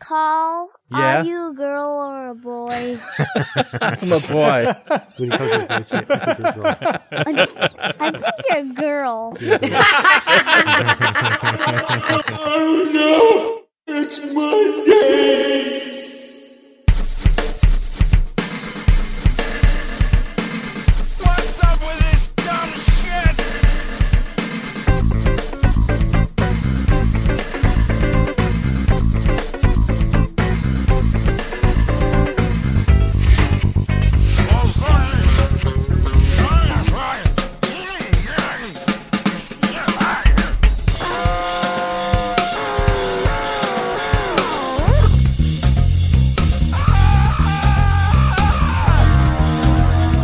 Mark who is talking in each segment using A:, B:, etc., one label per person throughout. A: call?
B: Yeah?
A: Are you a girl or a boy?
B: I'm a boy.
C: When he tells you to say, I think you're wrong.
A: I think you're a girl.
D: What's up with this dumb shit?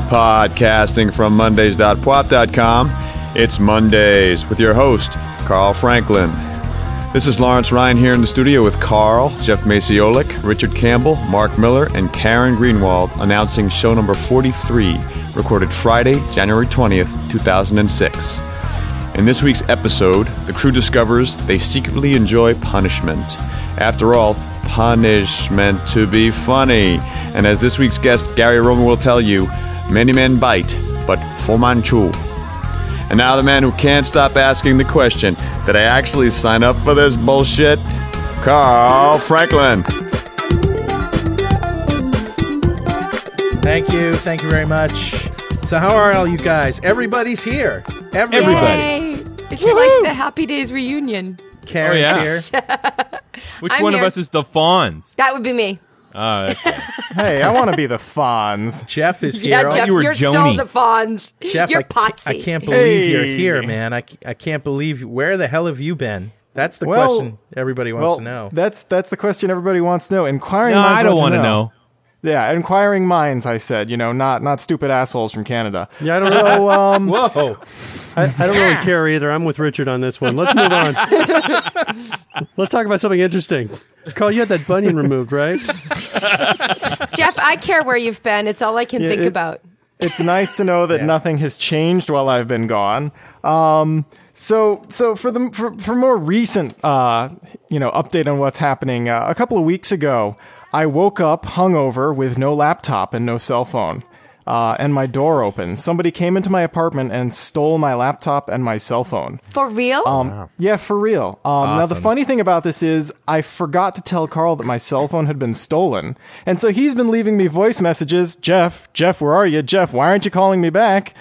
E: podcasting from mondays.pwop.com. It's Mondays with your host, Carl Franklin. This is Lawrence Ryan here in the studio with Carl, Jeff Maciolik, Richard Campbell, Mark Miller, and Karen Greenwald announcing show number 43, recorded Friday, January 20th, 2006. In this week's episode, the crew discovers they secretly enjoy punishment. After all, punishment to be funny. And as this week's guest, Gary Roman, will tell you, many men bite, but Fu Manchu. And now the man who can't stop asking the question, did I actually sign up for this bullshit? Carl Franklin.
B: Thank you. Thank you very much. So, how are all you guys? Everybody's here. Everybody.
F: Yay. It's like the Happy Days reunion.
B: Karen's
G: Oh, yeah.
B: here.
G: Which
F: I'm
G: one of
F: here.
G: us is the fawns?
F: That would be me.
G: Uh, that's right.
H: Hey, I want to be the Fonz.
B: Jeff is
F: Yeah,
B: here.
F: Jeff,
G: you were
F: are so
G: Joni.
F: the Fonz.
B: Jeff,
F: you're
B: I,
F: Potsy.
B: I can't believe you're
H: Hey.
B: here, man. I, c- I can't believe where the hell have you been? That's the
H: Well-
B: question everybody wants
H: Well,
B: to know.
H: that's that's the question everybody wants to know. Inquiring
G: no,
H: minds
G: I don't
H: want to
G: know.
H: Yeah, inquiring minds. I said, you know, not not stupid assholes from Canada.
C: Yeah, I don't know.
H: So, um,
B: Whoa.
C: I, I don't really care either. I'm with Richard on this one. Let's move on. Let's talk about something interesting. Carl, you had that bunion removed, right?
F: Jeff, I care where you've been. It's all I can think
H: it-
F: about.
H: it's nice to know that nothing has changed while I've been gone. Um, so, so for the for, for more recent, uh, you know, update on what's happening. Uh, a couple of weeks ago, I woke up hungover with no laptop and no cell phone, uh, and my door open. Somebody came into my apartment and stole my laptop and my cell phone.
F: For real?
H: Um, Yeah, for real. Um, Now, the funny thing about this is, I forgot to tell Carl that my cell phone had been stolen. And so he's been leaving me voice messages Jeff, Jeff, where are you? Jeff, why aren't you calling me back?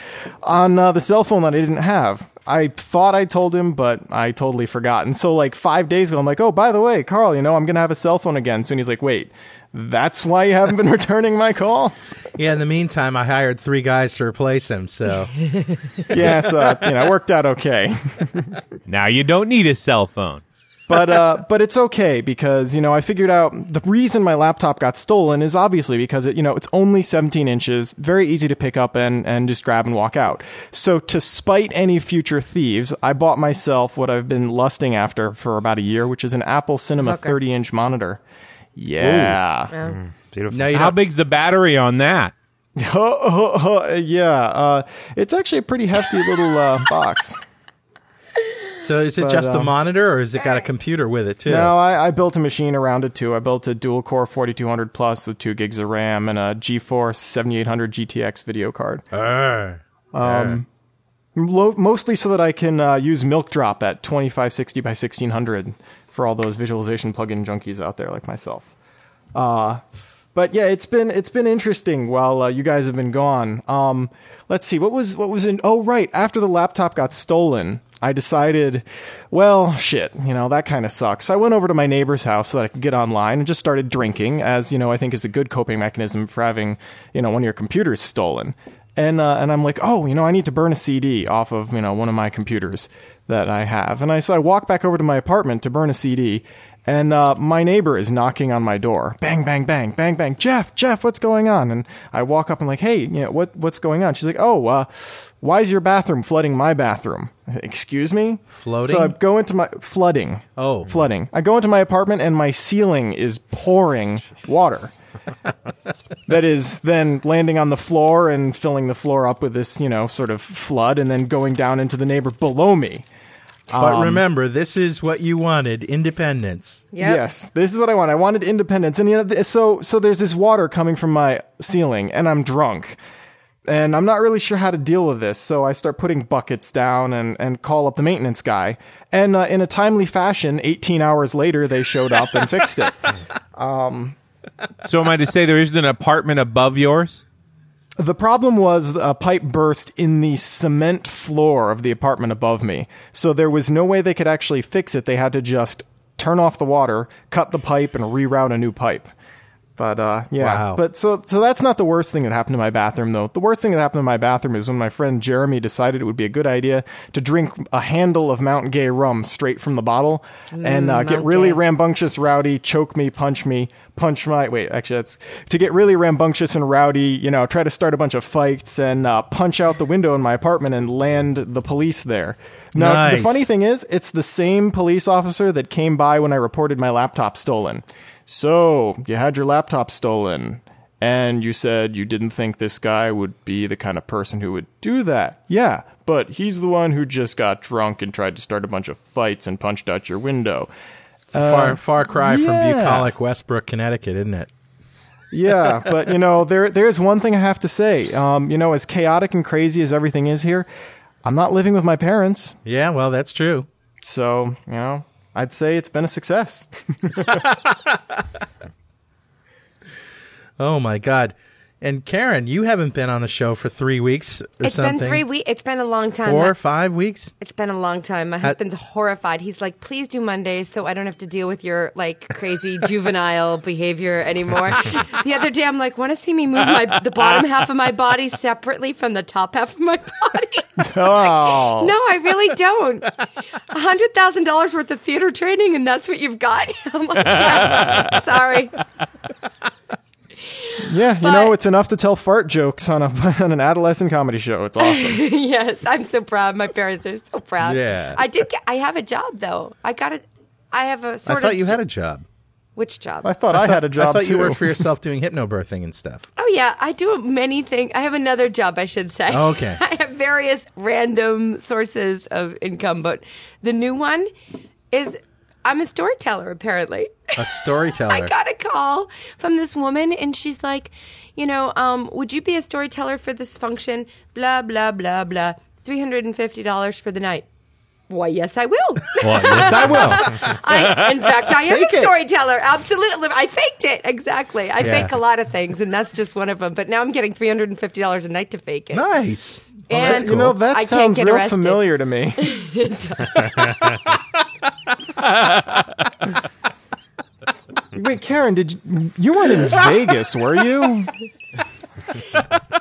H: On uh, the cell phone that I didn't have. I thought I told him, but I totally forgot. And so, like, five days ago, I'm like, oh, by the way, Carl, you know, I'm going to have a cell phone again soon. He's like, wait, that's why you haven't been returning my calls?
B: Yeah, in the meantime, I hired three guys to replace him, so.
H: yeah, so, you know, it worked out okay.
G: Now you don't need a cell phone.
H: but uh, but it's okay because you know I figured out the reason my laptop got stolen is obviously because it you know it's only 17 inches, very easy to pick up and and just grab and walk out. So to spite any future thieves, I bought myself what I've been lusting after for about a year, which is an Apple Cinema 30 inch monitor. Yeah.
F: Oh.
C: Beautiful.
B: No, you
G: How
B: don't.
G: big's the battery on that?
H: yeah. Uh, it's actually a pretty hefty little uh, box.
B: So is it just the
H: um,
B: monitor, or has it got a computer with it too?
H: No, I, I built a machine around it too. I built a dual core 4200 plus with two gigs of RAM and a GeForce 7800 GTX video card. Um,
B: Arr.
H: Lo- mostly so that I can uh, use Milk Drop at 2560 by 1600 for all those visualization plugin junkies out there like myself. Uh, but yeah, it's been it's been interesting while uh, you guys have been gone. Um, let's see what was what was in. Oh right, after the laptop got stolen, I decided, well, shit, you know that kind of sucks. I went over to my neighbor's house so that I could get online and just started drinking, as you know I think is a good coping mechanism for having you know one of your computers stolen. And uh, and I'm like, oh, you know, I need to burn a CD off of you know one of my computers that I have. And I so I walk back over to my apartment to burn a CD, and uh, my neighbor is knocking on my door. Bang, bang, bang, bang, bang. Jeff, Jeff, what's going on? And I walk up and like, hey, you know, what, what's going on? She's like, oh, uh, why is your bathroom flooding my bathroom? I said, Excuse me?
B: Floating?
H: So I go into my flooding.
B: Oh.
H: flooding. I go into my apartment and my ceiling is pouring water. that is then landing on the floor and filling the floor up with this, you know, sort of flood, and then going down into the neighbor below me. Um,
B: But remember, this is what you wanted independence.
F: Yep.
H: Yes, this is what I want. I wanted independence, and you know, th- so so there's this water coming from my ceiling, and I'm drunk, and I'm not really sure how to deal with this. So I start putting buckets down and and call up the maintenance guy, and uh, in a timely fashion, 18 hours later, they showed up and fixed it. Um,
G: So am I to say there isn't an apartment above yours?
H: The problem was a pipe burst in the cement floor of the apartment above me. So there was no way they could actually fix it. They had to just turn off the water, cut the pipe, and reroute a new pipe. But uh, yeah,
B: Wow.
H: but so so that's not the worst thing that happened to my bathroom though. The worst thing that happened to my bathroom is when my friend Jeremy decided it would be a good idea to drink a handle of Mount Gay rum straight from the bottle and uh, get
F: Mount
H: really
F: Gay.
H: rambunctious, rowdy, choke me, punch me, punch my wait. Actually, that's to get really rambunctious and rowdy. You know, try to start a bunch of fights and uh, punch out the window in my apartment and land the police there. Now
B: Nice.
H: the funny thing is, it's the same police officer that came by when I reported my laptop stolen. So, you had your laptop stolen, and you said you didn't think this guy would be the kind of person who would do that. Yeah, but he's the one who just got drunk and tried to start a bunch of fights and punched out your window.
B: It's a far, far cry
H: Uh, yeah.
B: from bucolic Westbrook, Connecticut, isn't it?
H: yeah, but you know, there there is one thing I have to say. Um, you know, as chaotic and crazy as everything is here, I'm not living with my parents,
B: Yeah, well, that's true.
H: so you know, I'd say it's been a success.
B: Oh my God! And Karen, you haven't been on the show for three weeks or
F: It's
B: something.
F: been three weeks. It's been a long time.
B: four, five weeks.
F: It's been a long time. My husband's horrified. He's like, please do Mondays so I don't have to deal with your like crazy juvenile behavior anymore. the other day, I'm like, want to see me move my the bottom half of my body separately from the top half of my body?
H: oh,
F: no, I really don't. hundred thousand dollars worth of theater training, and that's what you've got. I'm like, yeah, sorry.
H: yeah, you know,
F: but-
H: it's enough to tell fart jokes on a on an adolescent comedy show. It's awesome.
F: yes, I'm so proud. My parents are so proud.
B: Yeah.
F: I did. Get, I have a job though. I got a. I have a sort
B: I thought
F: of
B: you had a job.
F: which job?
H: I thought I, had a job
B: I thought
H: too.
B: you worked for yourself doing hypnobirthing and stuff.
F: Oh yeah, I do many things. I have another job, I should say.
H: Oh,
B: Okay.
F: I have various random sources of income, but the new one is I'm a storyteller apparently.
B: A storyteller.
F: I got a call from this woman, and she's like, you know, um, would you be a storyteller for this function? Blah blah blah blah. Three hundred and fifty dollars for the night. Why, yes, I will.
G: Well, yes, I will.
F: I, in fact, I am
B: Fake
F: a
B: it.
F: storyteller. Absolutely, I faked it. Exactly, I
B: Yeah.
F: fake a lot of things, and that's just one of them. But now I'm getting three hundred and fifty dollars a night to fake it.
B: nice.
F: And
H: You know, that
F: I can't
H: sounds
F: get
H: real
F: arrested.
H: familiar to me. Wait, Karen, did you, you weren't in Vegas, were you?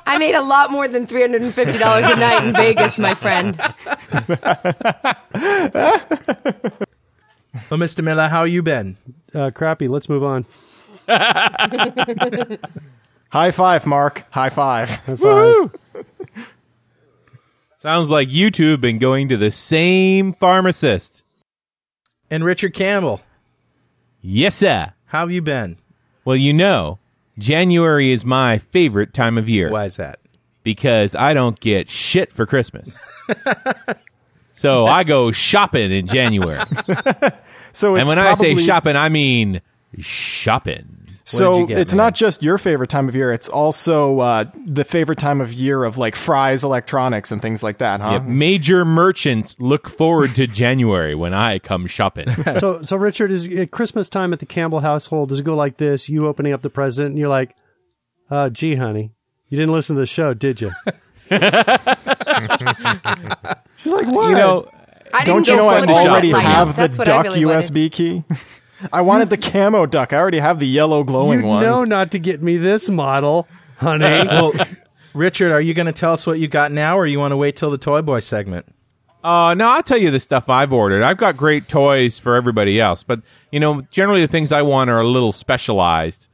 F: I made a lot more than three hundred and fifty dollars a night in Vegas, my friend.
B: Well, Mr. Miller, how you been?
C: Uh, crappy. Let's move on.
H: High five, Mark. High five.
G: Sounds like you two have been going to the same pharmacist.
B: And Richard Campbell,
G: Yes, sir.
B: how have you been?
G: Well, you know, January is my favorite time of year
B: Why is that?
G: because I don't get shit for Christmas. so I go shopping in January.
H: So it's
G: and when I say
H: probably-
G: shopping, I mean shopping.
B: What did you
H: so
B: get,
H: it's
B: man?
H: not just your favorite time of year; it's also uh, the favorite time of year of like Fry's Electronics and things like that, huh?
G: Yep, Major merchants look forward to January when I come shopping.
C: so, so Richard is at Christmas time at the Campbell household. Does it go like this? You opening up the president, and you're like, "Oh, gee, honey, you didn't listen to the show, did you?"
H: She's like, "What?
G: You know,
F: I
H: Don't
F: didn't
H: you
F: get
H: know I
F: slippers that
H: already
F: light up.
H: have the
F: That's what I
H: duck
F: really wanted.
H: USB key? I wanted the camo duck. I already have the yellow glowing
C: you
H: one.
C: know not to get me this model, honey.
B: Well, Richard, are you going to tell us what you got now, or you want to wait till the Toy Boy segment?
G: Uh, no, I'll tell you the stuff I've ordered. I've got great toys for everybody else, but you know, generally the things I want are a little specialized.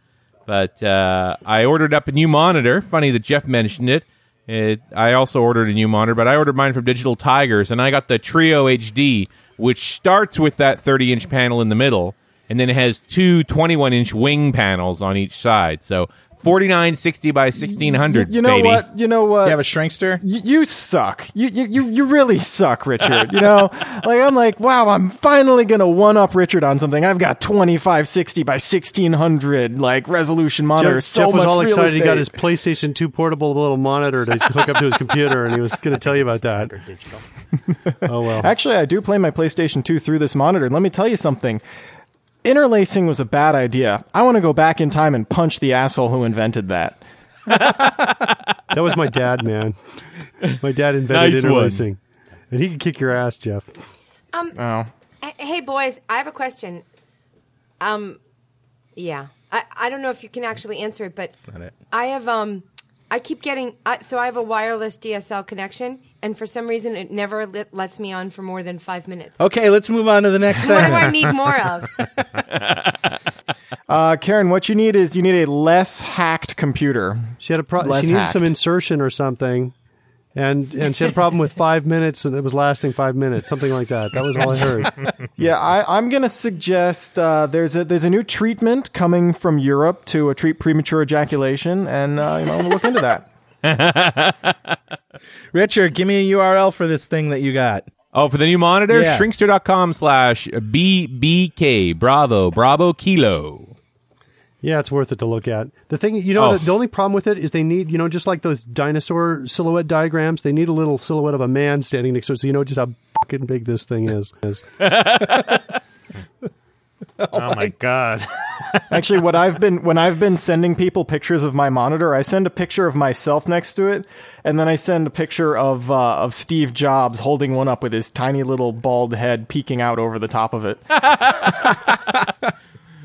G: But uh, I ordered up a new monitor. Funny that Jeff mentioned it. it. I also ordered a new monitor, but I ordered mine from Digital Tigers, and I got the Trio HD, which starts with that 30-inch panel in the middle, and then it has two 21-inch wing panels on each side. So forty nine sixty by sixteen hundred.
H: You know
G: baby.
H: what? You know what?
B: You have a shrinkster?
H: you, you suck. You, you you you really suck, Richard. You know, like I'm like, wow, I'm finally gonna one up Richard on something. I've got 2560 by 1600 like resolution monitor.
C: Jeff,
H: so
C: Jeff was
H: much
C: all
H: real
C: excited. He got his
H: estate.
C: PlayStation 2 portable little monitor to hook up to his computer, and he was going to tell you about that. Oh well.
H: Actually, I do play my PlayStation 2 through this monitor. And let me tell you something. Interlacing was a bad idea. I want to go back in time and punch the asshole who invented that.
C: That was my dad, man. My dad invented
G: Nice one.
C: interlacing, and he could kick your ass, Jeff.
F: Um,
H: Oh.
F: h- hey boys, I have a question. Um, yeah, I I don't know if you can actually answer it, but
B: Not it.
F: I have um, I keep getting I, so I have a wireless DSL connection, and for some reason it never let, lets me on for more than five minutes.
B: Okay, let's move on to the next
F: What do
B: segment.
F: I need more of?
H: Uh, Karen, what you need is you need a less hacked computer.
C: She had a problem.
H: Less
C: She needed
H: hacked.
C: some insertion or something, and and she had a problem with five minutes, and it was lasting five minutes, something like that. That was all I heard.
H: Yeah, I, I'm going to suggest uh, there's a there's a new treatment coming from Europe to uh, treat premature ejaculation, and uh, you know, we'll look into that.
B: Richard, give me a URL for this thing that you got.
G: Oh, for the new monitor,
B: Yeah.
G: shrinkster.com slash BBK. Bravo, Bravo Kilo.
C: Yeah, it's worth it to look at. The thing, you know,
G: Oh.
C: the, the only problem with it is they need, you know, just like those dinosaur silhouette diagrams, they need a little silhouette of a man standing next to it, so you know just how fucking big this thing is. is.
I: Oh my god.
H: Actually, what I've been when I've been sending people pictures of my monitor, I send a picture of myself next to it, and then I send a picture of uh, of Steve Jobs holding one up with his tiny little bald head peeking out over the top of it.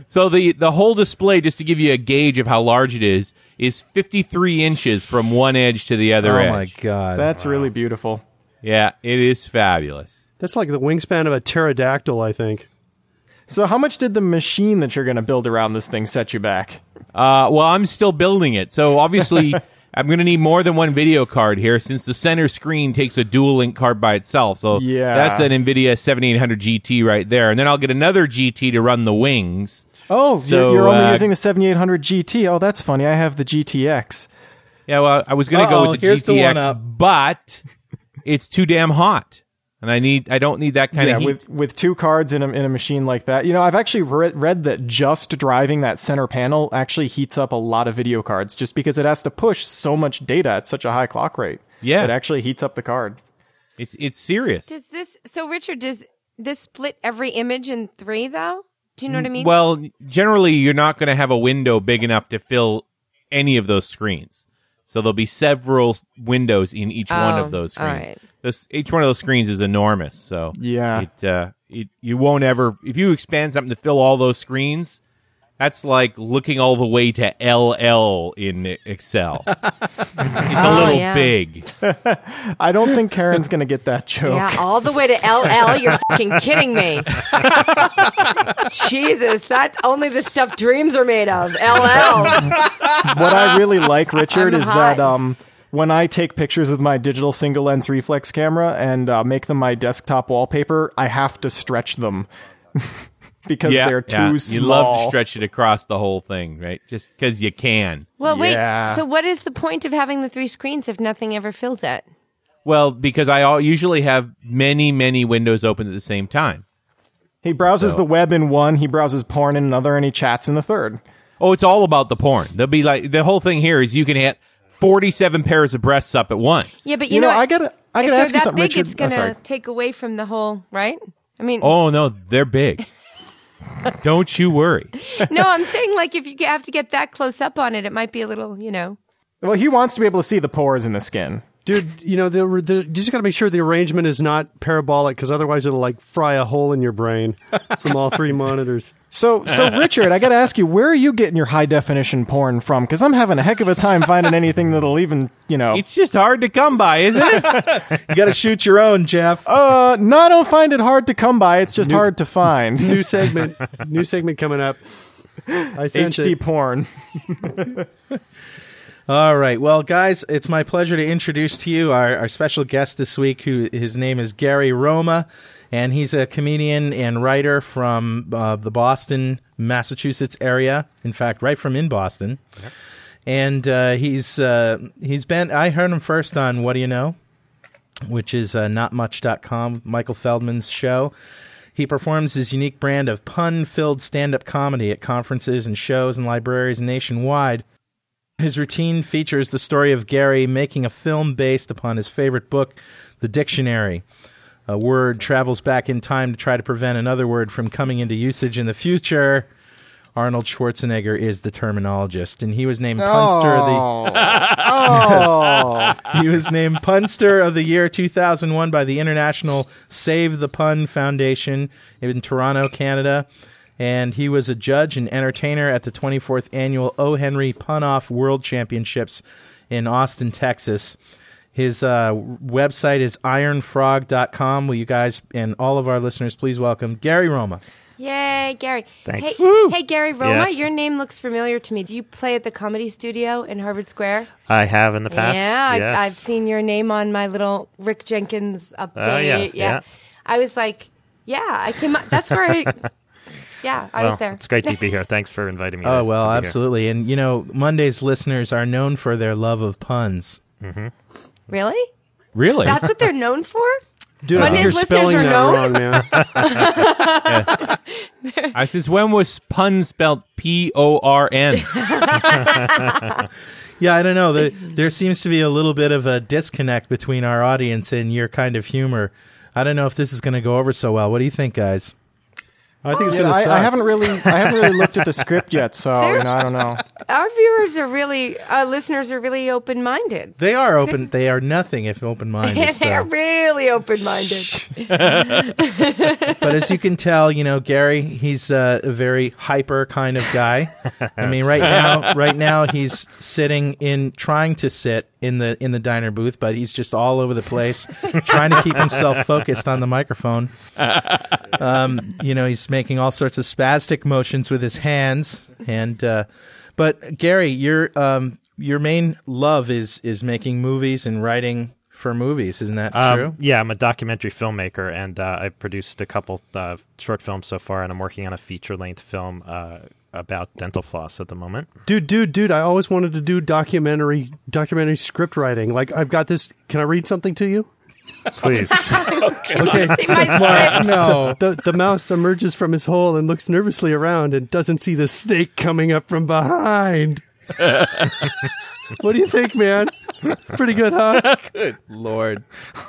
G: So the, the whole display, just to give you a gauge of how large it is, is 53 inches from one edge to the other
B: oh my
G: edge.
B: god.
H: That's really beautiful.
G: Yeah, it is fabulous.
C: That's like the wingspan of a pterodactyl, I think.
H: So, how much did the machine that you're going to build around this thing set you back?
G: Uh, well, I'm still building it. So obviously, I'm going to need more than one video card here since the center screen takes a dual link card by itself. So
H: Yeah.
G: that's an NVIDIA 7800 GT right there. And then I'll get another GT to run the wings.
H: Oh, you're-
G: So,
H: you're, only
G: uh,
H: using the 7800 GT. Oh, that's funny. I have the GTX.
G: Yeah, well, I was going to
B: Uh-oh,
G: go with the
B: here's the
G: GTX,
B: one-up.
G: but it's too damn hot, and I need I don't need that kind
H: Yeah,
G: of heat.
H: with with two cards in a in a machine like that. You know, I've actually re- read that just driving that center panel actually heats up a lot of video cards just because it has to push so much data at such a high clock rate.
G: Yeah.
H: it actually heats up the card.
G: it's it's serious.
F: Does this? So Richard, does this split every image in three though? Do you know what I mean?
G: Mm, Well, generally you're not going to have a window big enough to fill any of those screens. So there'll be several s- windows in each one
F: Oh,
G: of those
F: all
G: screens.
F: right.
G: This, each one of those screens is enormous. So
H: Yeah.
G: it, uh, it you won't ever if you expand something to fill all those screens. That's like looking all the way to LL in Excel. it's a little
F: Oh, yeah.
G: big.
H: I don't think Karen's gonna get that joke.
F: Yeah, all the way to LL. You're fucking kidding me. Jesus, that's only the stuff dreams are made of. LL.
H: what I really like, Richard,
F: I'm
H: is
F: hot.
H: that um, when I take pictures with my digital single lens reflex camera and uh, make them my desktop wallpaper, I have to stretch them because they're too small.
G: You love to stretch it across the whole thing, right? Just because you can.
F: Well,
H: Yeah.
F: wait. So, what is the point of having the three screens if nothing ever fills it?
G: Well, because I all, usually have many, many windows open at the same time.
H: He browses the web in one, he browses porn in another, and he chats in the third.
G: Oh, it's all about the porn. They'll be like the whole thing here is you can hit forty-seven pairs of breasts up at once.
F: Yeah, but you,
H: You know,
F: what?
H: I gotta, I
F: if
H: gotta
F: they're
H: ask you
F: that
H: something,
F: big,
H: Richard.
F: it's
H: Oh,
F: gonna
H: sorry.
F: take away from the whole, right? I mean,
G: Oh no, they're big. Don't you worry.
F: no, I'm saying like if you have to get that close up on it, it might be a little, you know.
H: Well, he wants to be able to see the pores in the skin.
C: Dude, you know, the, the, you just got to make sure the arrangement is not parabolic because otherwise it'll like fry a hole in your brain from all three monitors.
H: So, so Richard, I gotta ask you, where are you getting your high definition porn from? Because I'm having a heck of a time finding anything that'll even, you know.
G: It's just hard to come by, isn't it?
B: you got to shoot your own, Jeff.
H: Uh, no, I don't find it hard to come by. It's just hard to find.
C: New segment, new segment coming up. I sense
H: HD
C: it.
H: porn.
B: All right. Well, guys, it's my pleasure to introduce to you our, our special guest this week, who his name is Gary Roma, and he's a comedian and writer from uh, the Boston, Massachusetts area. In fact, right from in Boston. and uh, he's uh, he's been. I heard him first on What Do You Know, which is uh, notmuch.com, Michael Feldman's show. He performs his unique brand of pun filled stand up comedy at conferences and shows and libraries nationwide. His routine features the story of Gary making a film based upon his favorite book, The Dictionary. A word travels back in time to try to prevent another word from coming into usage in the future. Arnold Schwarzenegger is the terminologist, and he was named Punster of the
H: oh.
B: he was named Punster of the Year 2001 by the International Save the Pun Foundation in Toronto, Canada. And he was a judge and entertainer at the 24th annual O. Henry Pun Off World Championships in Austin, Texas. His uh, website is ironfrog.com. Will you guys and all of our listeners please welcome Gary Roma?
F: Yay, Gary.
I: Thanks.
F: Hey, hey Gary Roma,
I: Yes.
F: your name looks familiar to me. Do you play at the Comedy Studio in Harvard Square?
I: I have in the past.
F: yeah,
I: yes.
F: I, I've seen your name on my little Rick Jenkins update.
I: yes, yeah.
F: I was like, yeah, I came up. That's where I. Yeah, I
I: well,
F: was there.
I: It's great to be here. Thanks for inviting me. to-
B: Oh,
I: to
B: well,
I: be here.
B: absolutely. And, you know, Monday's listeners are known for their love of puns.
I: Mm-hmm.
F: Really?
G: Really?
F: That's what they're known for?
C: Dude, I think
F: Monday's
C: you're
F: listeners
C: spelling
F: are known.
C: that wrong, man.
G: I says, when was pun spelled P O R N?
B: Yeah, I don't know. The, there seems to be a little bit of a disconnect between our audience and your kind of humor. I don't know if this is going to go over so well. What do you think, guys?
C: I think it's
H: Dude,
C: gonna suck.
H: I, I haven't really, I haven't really looked at the script yet, so you know, I don't know.
F: Our viewers are really, our listeners are really open minded.
B: They are open. They are nothing if open minded.
F: they're really open minded.
B: But as you can tell, you know Gary, he's uh, a very hyper kind of guy. I mean, right now, right now he's sitting in, trying to sit in the in the diner booth, but he's just all over the place, trying to keep himself focused on the microphone. Um, you know, he's making all sorts of spastic motions with his hands, and uh, but Gary, your um, your main love is is making movies and writing for movies, isn't that
I: Um,
B: true?
I: Yeah, I'm a documentary filmmaker, and uh, I've produced a couple uh, short films so far, and I'm working on a feature length film uh, about dental floss at the moment.
C: dude, dude, dude. I always wanted to do documentary, documentary script writing. Like, I've got this. Can I read something to you?
I: Please.
C: Okay.
F: See my script.
B: No.
C: The, the mouse emerges from his hole and looks nervously around and doesn't see the snake coming up from behind. what do you think, man? Pretty good, huh?
B: Lord.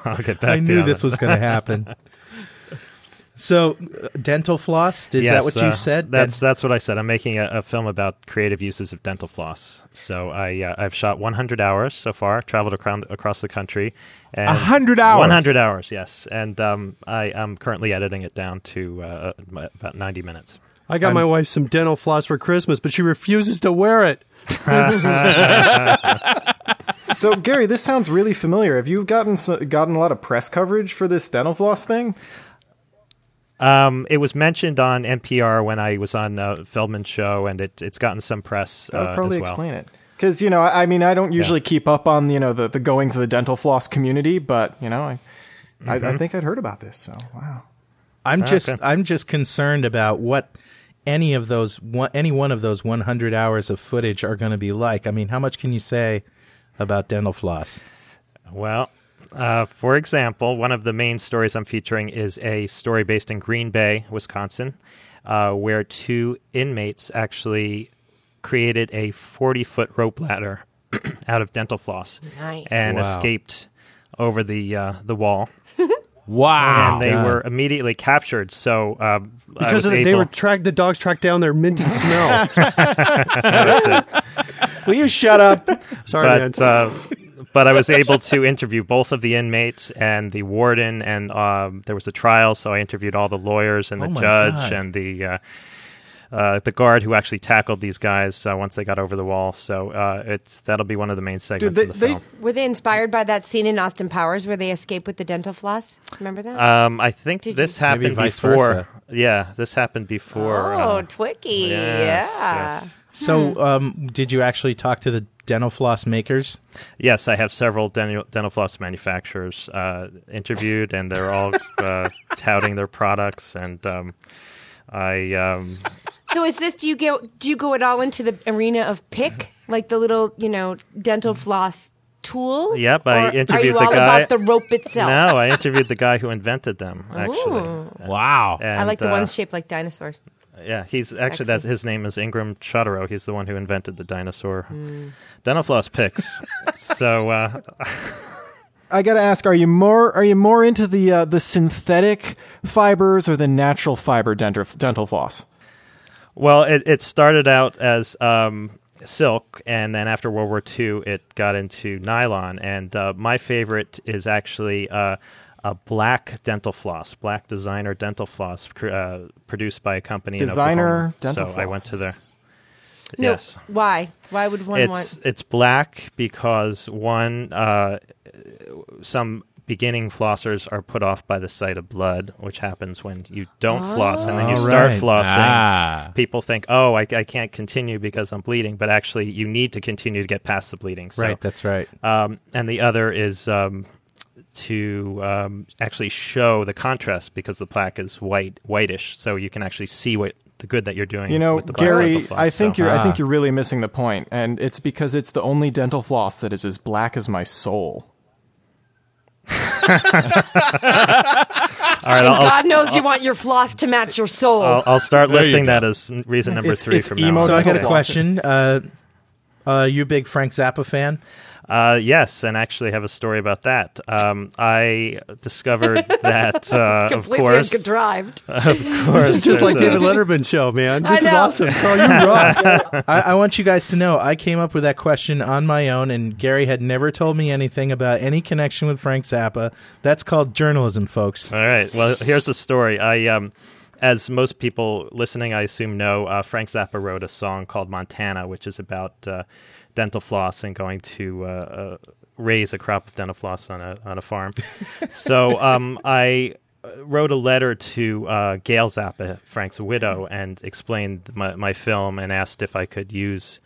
I: I'll get back to
B: I
I: you
B: knew
I: on
B: this
I: that.
B: was going to happen. So, uh, dental floss? Is that
I: Yes,
B: what
I: uh,
B: you said?
I: That's that's what I said. I'm making a, a film about creative uses of dental floss. So I uh, I've shot 100 hours so far, traveled across across the country. And
G: 100 hours?
I: 100 hours, yes. And um, I I'm currently editing it down to uh, m- about 90 minutes.
C: I got my wife some dental floss for Christmas, but she refuses to wear it.
H: So, Gary, this sounds really familiar. Have you gotten so, gotten a lot of press coverage for this dental floss thing?
I: Um, it was mentioned on NPR when I was on uh, Feldman's show, and it, it's gotten some press.
H: That would
I: uh,
H: probably
I: as well.
H: explain it. Because you know, I, I mean, I don't usually keep up on you know the, the goings of the dental floss community, but you know, I,
I: Mm-hmm.
H: I, I think I'd heard about this. So, wow.
I: Ah,
B: I'm just I'm just concerned about what any of those one, any one of those 100 hours of footage are going to be like. I mean, how much can you say about dental floss?
I: Well, uh, for example, one of the main stories I'm featuring is a story based in Green Bay, Wisconsin, uh, where two inmates actually created a 40 foot rope ladder out of dental floss
F: Nice.
I: and
B: Wow.
I: escaped over the uh, the wall.
G: Wow.
I: and they were immediately captured. So uh, I
C: Because
I: was
C: of the,
I: able,
C: they were tracked, the dogs tracked down their minty smell.
B: Will you shut up?
C: Sorry, man.
I: but uh, but I was able to interview both of the inmates and the warden, and um, there was a trial, so I interviewed all the lawyers and the
B: Oh my
I: judge
B: God.
I: and the. Uh, uh, the guard who actually tackled these guys uh, once they got over the wall. So uh, it's that'll be one of the main
H: Dude,
I: segments
H: they,
I: of the
H: they
I: film.
F: Were they inspired by that scene in Austin Powers where they escape with the dental floss? Remember that?
I: Um, I think
F: Did
I: this
F: you-
B: Maybe
I: happened
B: vice
I: before.
B: versa.
I: Yeah, this happened before.
F: oh,
I: uh,
F: Twicky.
I: yes,
F: yeah. Hmm.
I: yes.
B: So, um, did you actually talk to the dental floss makers?
I: Yes, I have several dental, dental floss manufacturers uh, interviewed, and they're all uh, touting their products. And um, I, um,
F: So is this do you go do you go at all into the arena of pick like the little, you know, dental floss tool?
I: Yep, I
F: Or are
I: interviewed
F: you
I: the
F: all
I: guy-
F: about the rope itself?
I: No, I interviewed the guy who invented them. Actually,
G: Wow.
F: I like the
I: And, uh,
F: ones shaped like dinosaurs.
I: Yeah, he's actually that's his name is Ingram Chodorow. He's the one who invented the dinosaur
F: Mm.
I: dental floss picks. so uh,
H: I gotta ask: Are you more are you more into the uh, the synthetic fibers or the natural fiber dental dental floss?
I: Well, it, it started out as um, silk, and then after World War II, it got into nylon. And uh, my favorite is actually uh, a black dental floss, black designer dental floss, cr- uh, produced by a company. in
H: Designer
I: Oklahoma.
H: dental
I: So I went to their.
H: floss.
F: No,
I: Yes
F: Why? Why would one
I: it's
F: want?
I: it's black because one uh, some beginning flossers are put off by the sight of blood, which happens when you don't floss and then you
B: All
I: start
B: right.
I: flossing.
G: Ah.
I: People think, oh, I, I can't continue because I'm bleeding, but actually you need to continue to get past the bleeding. So,
B: Right, that's right.
I: um, and the other is um, to um, actually show the contrast because the plaque is white, whitish, so you can actually see what the good that you're doing.
H: You know,
I: with the black
H: Gary,
I: dental floss,
H: I think
I: so.
H: you're I
G: Ah.
H: think you're really missing the point, and it's because it's the only dental floss that is as black as my soul.
I: All right, I'll- I'll
F: God knows you want your floss to match your soul.
I: I'll, I'll start
G: There you
I: listing
G: go.
I: that as reason number
H: It's-
I: three
H: it's
I: from
H: emo
B: So
I: now.
B: I got a
H: Okay.
B: question. Uh, uh, you a big Frank Zappa fan?
I: Uh, yes, and actually have a story about that. Um, I discovered that, uh, of
F: Completely
I: course,
F: contrived.
I: of course,
C: This is just like
I: there's a-
C: David Letterman show, man. This is
F: know.
C: awesome. Carl, you rock.
B: I, I want you guys to know I came up with that question on my own, and Gary had never told me anything about any connection with Frank Zappa. That's called journalism, folks.
I: All right. Well, here's the story. I, um, as most people listening, I assume know, uh, Frank Zappa wrote a song called Montana, which is about uh, dental floss and going to uh, uh, raise a crop of dental floss on a on a farm. so um, I wrote a letter to uh, Gail Zappa, Frank's widow, and explained my, my film and asked if I could use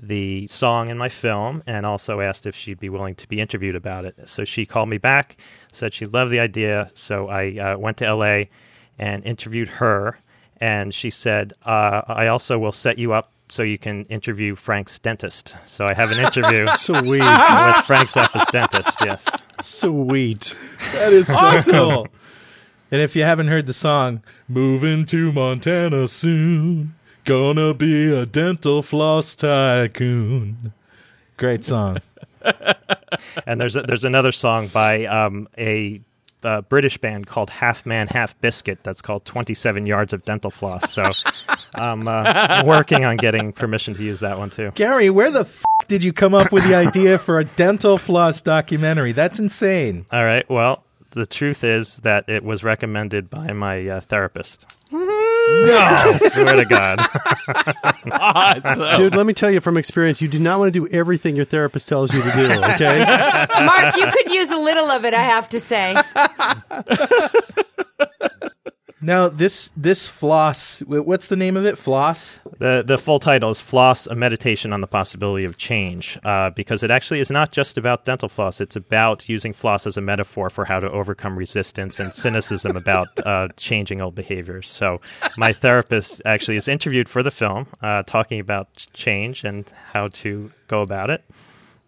I: the song in my film and also asked if she'd be willing to be interviewed about it. So she called me back, said she loved the idea. So I uh, went to LA and interviewed her. And she said, uh, I also will set you up so you can interview Frank's dentist. So I have an interview with
C: Sweet.
I: Frank Zappa's dentist, yes.
C: Sweet. That is so cool.
B: And if you haven't heard the song, moving to Montana soon, gonna be a dental floss tycoon. Great song.
I: and there's a, there's another song by um, a uh, British band called Half Man Half Biscuit that's called 27 Yards of Dental Floss. So I'm uh, working on getting permission to use that one too.
B: Gary, where the f- did you come up with the idea for a dental floss documentary? That's insane.
I: All right. Well, the truth is that it was recommended by my uh, therapist. No, swear to God.
G: Awesome.
C: Dude, let me tell you from experience, you do not want to do everything your therapist tells you to do, okay?
F: Mark, you could use a little of it. I have to say.
B: Now this this floss. wh- What's the name of it? Floss.
I: The the full title is Floss: A Meditation on the Possibility of Change, uh, because it actually is not just about dental floss. It's about using floss as a metaphor for how to overcome resistance and cynicism about uh, changing old behaviors. So, my therapist actually is interviewed for the film, uh, talking about ch- change and how to go about it.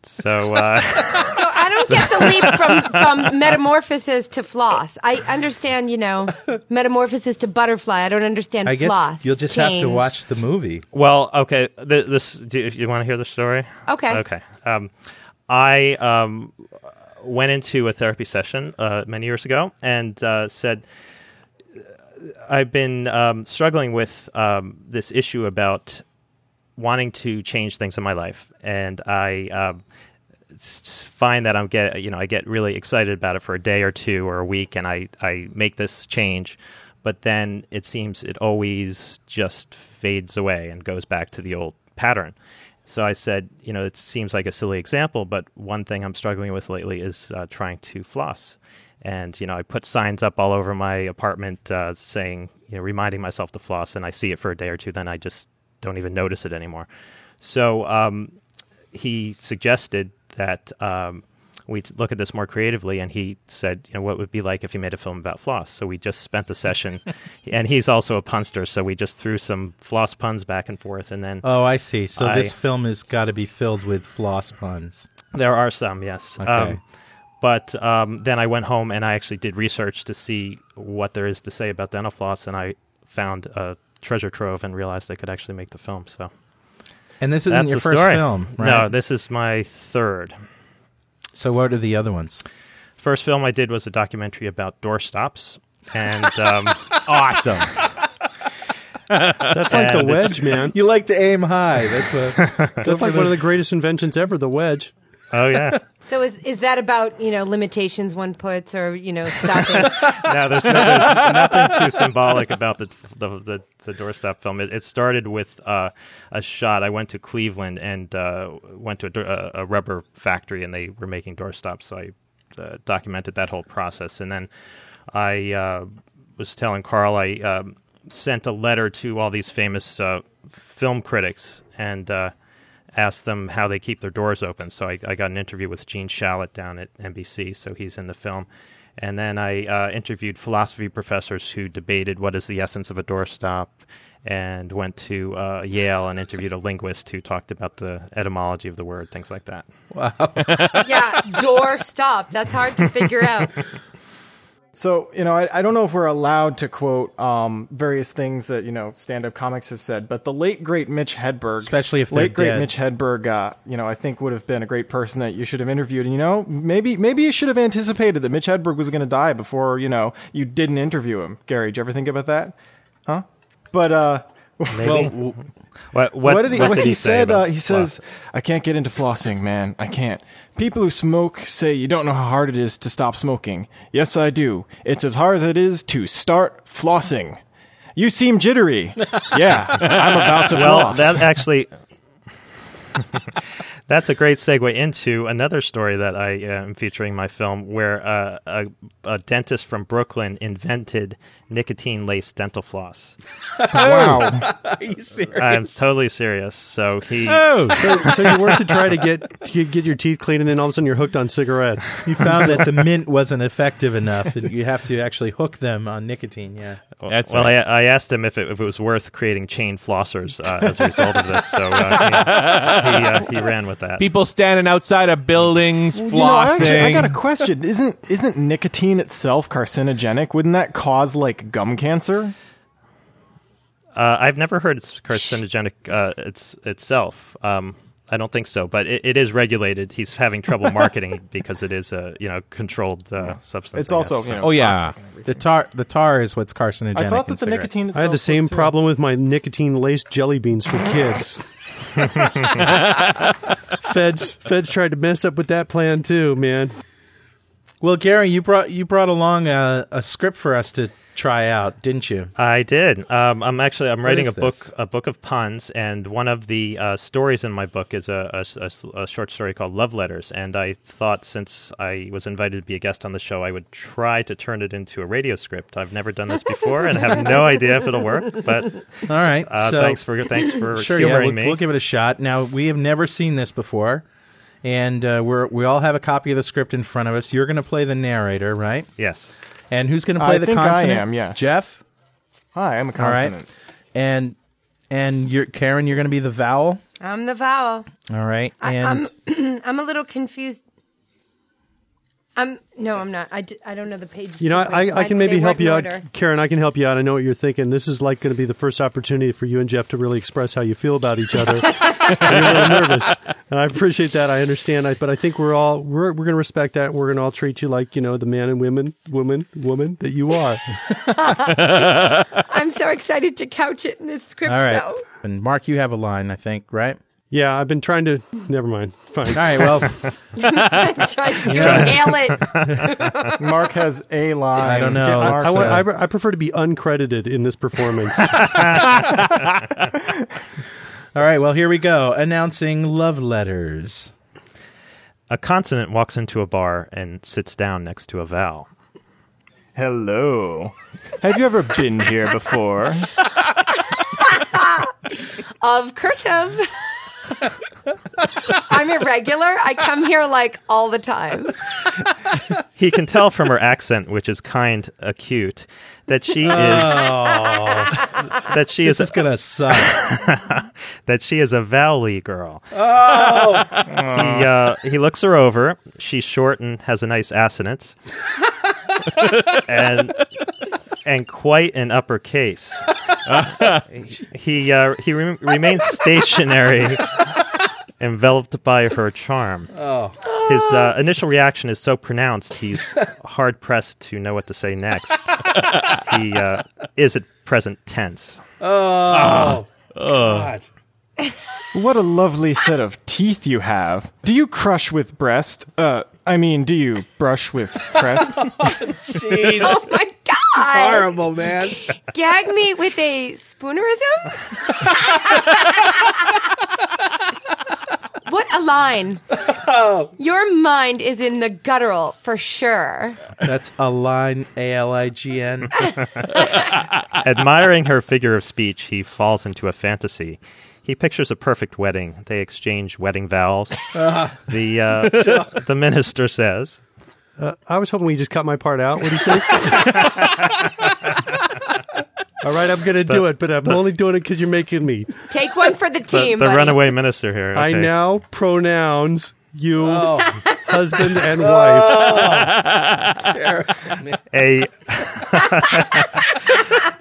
I: So, uh,
F: So I don't get the leap from, from metamorphosis to floss. I understand, you know, metamorphosis to butterfly. I don't understand
B: I guess
F: floss.
B: you'll just have to
F: change.
B: watch the movie.
I: well, okay. The, this, do you, want to hear the story?
F: Okay.
I: Okay. Um, I um, went into a therapy session uh, many years ago and uh, said, I've been um, struggling with um, this issue about wanting to change things in my life, and I um, s- find that I'm get you know I get really excited about it for a day or two or a week, and I I make this change, but then it seems it always just fades away and goes back to the old pattern. So I said, you know, it seems like a silly example, but one thing I'm struggling with lately is uh, trying to floss and you know i put signs up all over my apartment uh, saying you know reminding myself to floss and i see it for a day or two then i just don't even notice it anymore so um, he suggested that um, we t- look at this more creatively. And he said, you know, what would it be like if he made a film about floss? So we just spent the session, and he's also a punster, so we just threw some floss puns back and forth, and then
B: Oh, I see. So this
I: I-
B: film has got to be filled with floss puns.
I: There are some, yes.
B: Okay.
I: Um, but um, then I went home and I actually did research to see what there is to say about dental floss, and I found a treasure trove and realized I could actually make the film. So
B: And this isn't
I: that's
B: your
I: the
B: first
I: story.
B: film, right?
I: No, this is my third.
B: so what are the other ones?
I: First film I did was a documentary about doorstops, and um,
B: Awesome.
C: That's like the
I: And it's-
C: wedge, man.
B: you like to aim high. That's what.
C: That's like one of the greatest inventions ever, the wedge.
I: oh yeah,
F: So is is that about you know limitations one puts or you know stopping?
I: no, there's, no, there's nothing too symbolic about the the, the, the doorstop film. It, it started with uh, a shot. I went to Cleveland and uh, went to a, do- a, a rubber factory, and they were making doorstops. So I uh, documented that whole process, and then I uh, was telling Carl I um sent a letter to all these famous uh, film critics and. Uh, asked them how they keep their doors open. So I, I got an interview with Gene Shalit down at NBC, so he's in the film. And then I uh, interviewed philosophy professors who debated what is the essence of a doorstop, and went to uh, Yale and interviewed a linguist who talked about the etymology of the word, things like that.
F: yeah, door stop. That's hard to figure out.
H: So, you know, I, I don't know if we're allowed to quote um, various things that, you know, stand up comics have said, but the late, great Mitch Hedberg.
B: Especially if they're
H: Late, great
B: dead.
H: Mitch Hedberg, uh, you know, I think would have been a great person that you should have interviewed. And, you know, maybe maybe you should have anticipated that Mitch Hedberg was going to die before, you know, you didn't interview him. Gary, did you ever think about that? Huh? But, uh,
B: Well, w-
I: What, what,
H: what did he, what he,
I: say
H: said?
I: about
H: Uh, he says, "I can't get into flossing, man. I can't." People who smoke say you don't know how hard it is to stop smoking. Yes, I do. It's as hard as it is to start flossing. You seem jittery. yeah, I'm about to
I: well,
H: floss.
I: that actually. That's a great segue into another story that I uh, am featuring in my film, where uh, a, a dentist from Brooklyn invented nicotine laced dental floss.
H: wow.
I: I'm totally serious. So he,
C: Oh. So, so you work to try to get to get your teeth clean, and then all of a sudden you're hooked on cigarettes.
B: you found that the mint wasn't effective enough. and You have to actually hook them on nicotine. Yeah.
G: That's
I: Oh, well,
G: right.
I: I, I asked him if it, if it was worth creating chain flossers uh, as a result of this. So uh, he, he, uh, he ran with that.
G: People standing outside of buildings, flossing.
H: You know, actually, I got a question. Isn't isn't nicotine itself carcinogenic? Wouldn't that cause like gum cancer?
I: Uh, I've never heard it's carcinogenic uh, it's, itself. Um, I don't think so, but it, it is regulated. He's having trouble marketing it because it is a you know controlled uh, substance.
H: It's
I: I
H: also
I: guess.
H: you know.
G: oh yeah,
H: toxic.
B: The tar, the tar is what's carcinogenic.
H: I thought
B: in
H: that the
B: cigarettes.
H: nicotine. Itself
C: I had the
H: was
C: same
H: too.
C: problem with my nicotine laced jelly beans for kids. feds, feds tried to mess up with that plan too, man.
B: Well, Gary, you brought you brought along a, a script for us to try out, didn't you?
I: I did. Um, I'm actually I'm writing a
B: is
I: book
B: this?
I: a book of puns, and one of the uh, stories in my book is a, a s- a s- a short story called Love Letters. And I thought since I was invited to be a guest on the show, I would try to turn it into a radio script. I've never done this before, and I have no idea if it'll work. But
B: All right.
I: uh,
B: so,
I: thanks for thanks for
B: sure. Yeah,
I: humoring
B: we'll,
I: me.
B: we'll give it a shot. Now we have never seen this before, and uh, we're we all have a copy of the script in front of us. You're going to play the narrator, right?
I: yes.
B: And who's going to play
H: I
B: the
H: think I
B: consonant?
H: am, yes.
B: Jeff.
H: Hi, I'm a
B: All right.
H: consonant.
B: And and you're Karen. You're going to be the vowel.
F: I'm the vowel.
B: All right. And
F: I'm a little confused. I'm no, I'm not. I, d- I don't know the page.
C: You know, I,
F: sequence.
C: I, I can
F: they
C: maybe
F: weren't
C: help
F: in
C: you
F: order.
C: out, Karen. I can help you out. I know what you're thinking. This is like going to be the first opportunity for you and Jeff to really express how you feel about each other. And you're a little nervous, and I appreciate that. I understand. I, but I think we're all we're we're going to respect that. We're going to all treat you like you know the man and women, woman, woman that you are.
F: I'm so excited to couch it in this script,
B: all right.
F: though.
B: And Mark, you have a line, I think, right?
C: Yeah, I've been trying to. Never mind. Fine.
B: All right. Well,
F: Try to nail it.
H: Mark has a line.
B: I don't know.
H: Mark-
B: Let's,
C: I, want,
B: uh,
C: I, re- I prefer to be uncredited in this performance.
B: all right. Well, here we go. Announcing love letters.
I: A consonant walks into a bar and sits down next to a vowel.
H: Hello. Have you ever been here before?
F: Of cursive. I'm irregular. I come here like all the time.
I: He can tell from her accent, which is kind acute, that she is that she
B: Oh.
I: is
B: This is gonna suck.
I: that she is a Valley girl. Oh,
G: Mm.
I: he uh, he looks her over. She's short and has a nice assonance, and and quite an uppercase. he uh, he re- remains stationary, enveloped by her charm. Oh. His uh, initial reaction is so pronounced, he's hard pressed to know what to say next. he uh, is at present tense.
H: Oh.
B: God.
H: What a lovely set of teeth you have. Do you crush with breast? Uh, I mean, do you brush with crest?
B: Jeez.
F: Oh my Oh, god!
B: Horrible, man.
F: Gag me with a spoonerism? what a line.
B: Oh.
F: Your mind is in the guttural for sure.
B: That's a line. A L I G N.
I: Admiring her figure of speech, he falls into a fantasy. He pictures a perfect wedding. They exchange wedding vows. the uh, the minister says,
C: Uh, I was hoping we just cut my part out. What do you think? All right, I'm going to do it, but I'm only doing it because you're making me.
F: Take one for the
I: the,
F: team.
I: the
F: buddy.
I: runaway minister here.
C: I
I: okay.
C: now pronouns you
B: Oh.
C: husband and wife.
I: a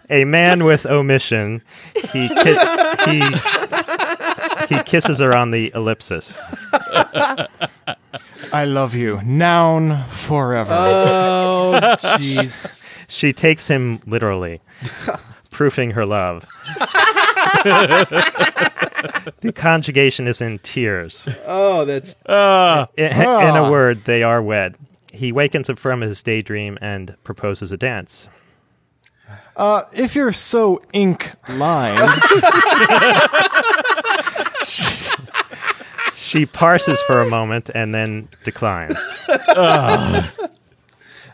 I: a man with omission. He ki- he he kisses her on the ellipsis.
H: I love you. Noun forever.
B: Oh, jeez.
I: She takes him literally, proofing her love. the conjugation is in tears.
B: Oh, that's
I: Uh, In, in
B: Ah.
I: a word, they are wed. He wakens up from his daydream and proposes a dance.
H: Uh, if you're so ink lined,
I: She parses for a moment and then declines.
H: th-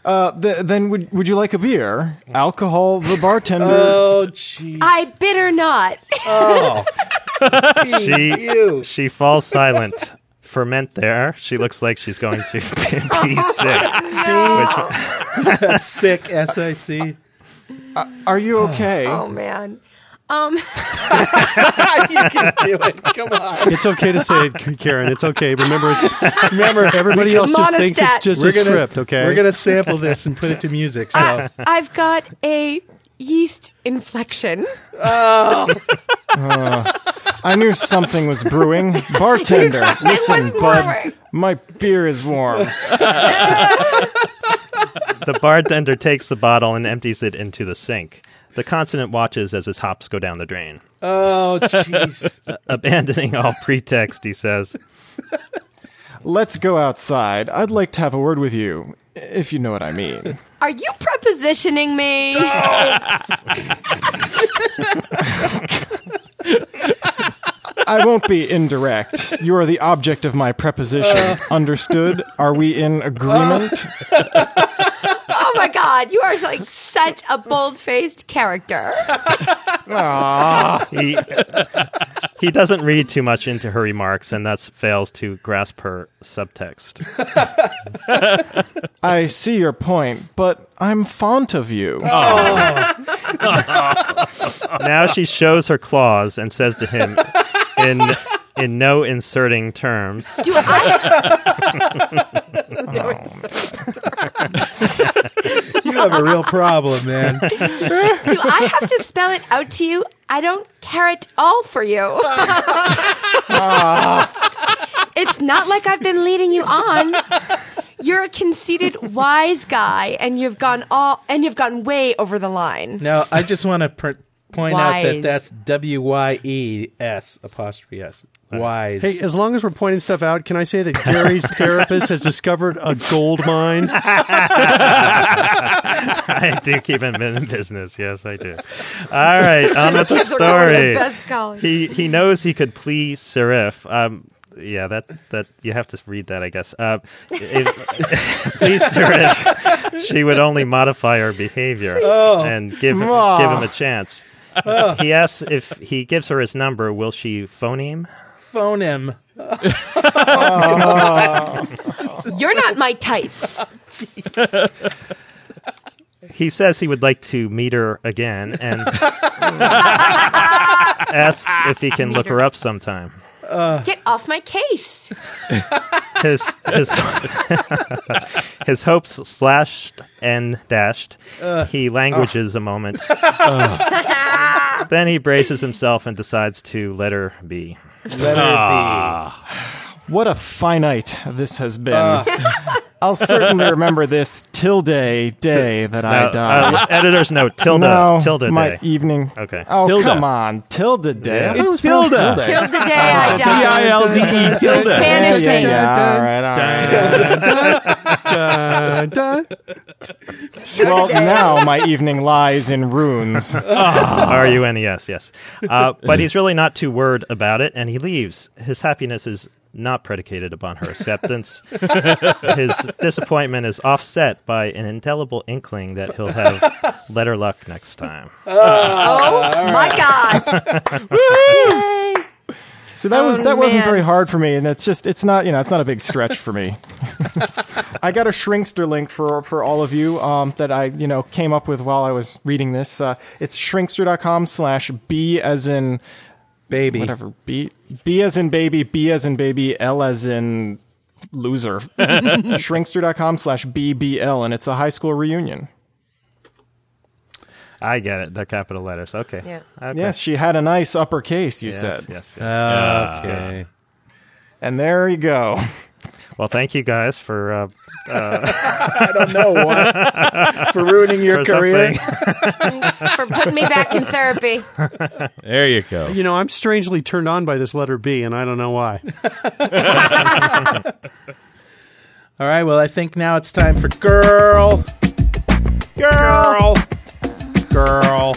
H: Uh, then would would you like a beer? Alcohol, the bartender.
B: oh, jeez.
F: I bitter not.
I: She she falls silent. Ferment there. She looks like she's going to be sick. Which,
B: Sick S I C.
H: Uh, Are you okay?
F: Oh man. Um,
B: You can do it. Come on.
C: It's okay to say it, Karen. It's okay. Remember, it's remember everybody else just thinks it's
F: Monostat.
C: just a script. Okay,
B: We're gonna sample this and put it to music.
I: Ah.
B: So
F: I've got a yeast inflection.
B: Oh.
H: Uh, I knew something was brewing. Bartender, listen,
F: was
H: bud.
F: brewing.
H: My beer is warm.
I: the bartender takes the bottle and empties it into the sink. The consonant watches as his hops go down the drain.
B: Oh jeez.
I: Abandoning all pretext, he says,
H: Let's go outside. I'd like to have a word with you, if you know what I mean.
F: Are you prepositioning me?
H: I won't be indirect. You are the object of my preposition. Understood? Are we in agreement?
F: Oh my god, you are like such a bold-faced character.
I: he he doesn't read too much into her remarks and thus fails to grasp her subtext.
H: I see your point, but I'm fond of you.
I: now she shows her claws and says to him in in no inserting terms
F: Do I?
B: You have a real problem, man.
F: Do I have to spell it out to you? I don't care at all for you. it's not like I've been leading you on. You're a conceited wise guy and you've gone all and you've gone way over the line.
B: Now I just want to pr- point out that
F: Wise.
B: that's W Y E S apostrophe S. Wise.
C: Hey, as long as we're pointing stuff out, can I say that Gary's therapist has discovered a gold mine?
I: i do keep him in business yes i do all right on with the
F: These kids are going to
I: story
F: best college.
I: he he knows he could please serif um yeah, that that you have to read that, I guess. Uh, if, please, Serif, she would only modify her behavior and give him, give him a chance. he asks if he gives her his number, will she phone him?
B: Phone him.
F: You're not my type.
I: He says he would like to meet her again and asks if he can look her up sometime.
F: Get off my case.
I: his his his hopes slashed and dashed.
H: Uh,
I: he languishes a moment. then he braces himself and decides to let her be.
B: Let her
H: What a finite this has been. I'll certainly remember this till day, day that I
I: Uh,
H: die.
I: uh, editor's note: tilde,
H: no,
I: tilde
H: my
I: day.
H: evening.
I: Okay.
H: Oh,
G: Tilda.
H: come on. Tilda day. Oh, I thought it was
G: Tilda.
H: pronounced
F: Till the day I
G: D I
F: die.
G: L D E tilde.
H: Yeah,
F: Spanish
H: yeah,
F: thing.
H: yeah. All right, all right. Well, now my evening lies in runes.
I: R U N E S, yes. Uh, but he's really not too worried about it, and he leaves. His happiness is not predicated upon her acceptance. His disappointment is offset by an indelible inkling that he'll have letter luck next time.
J: Uh.
F: Oh my god. Yay.
H: So that was
F: Oh,
H: that wasn't
F: man.
H: very hard for me, and it's just it's not you know it's not a big stretch for me. I got a shrinkster link for for all of you um, that I you know came up with while I was reading this. Uh, it's shrinkster.com slash b as in
B: Baby.
H: whatever b b as in baby b as in baby l as in loser. shrinkster.com slash bbl, and it's a high school reunion.
I: I get it. They're capital letters. Okay.
F: Yeah.
I: Okay.
H: Yes, she had a nice uppercase. You
I: Yes,
H: said,
I: yes, yes. Ah,
H: Ah,
B: Okay.
H: and there you go.
I: Well, thank you guys for uh,
C: No, what? For ruining your
I: for something.
F: Thanks for putting me back in therapy.
G: There you go.
C: You know, I'm strangely turned on by this letter B, and I don't know why.
B: All right. Well, I think now it's time for girl. Girl. Girl.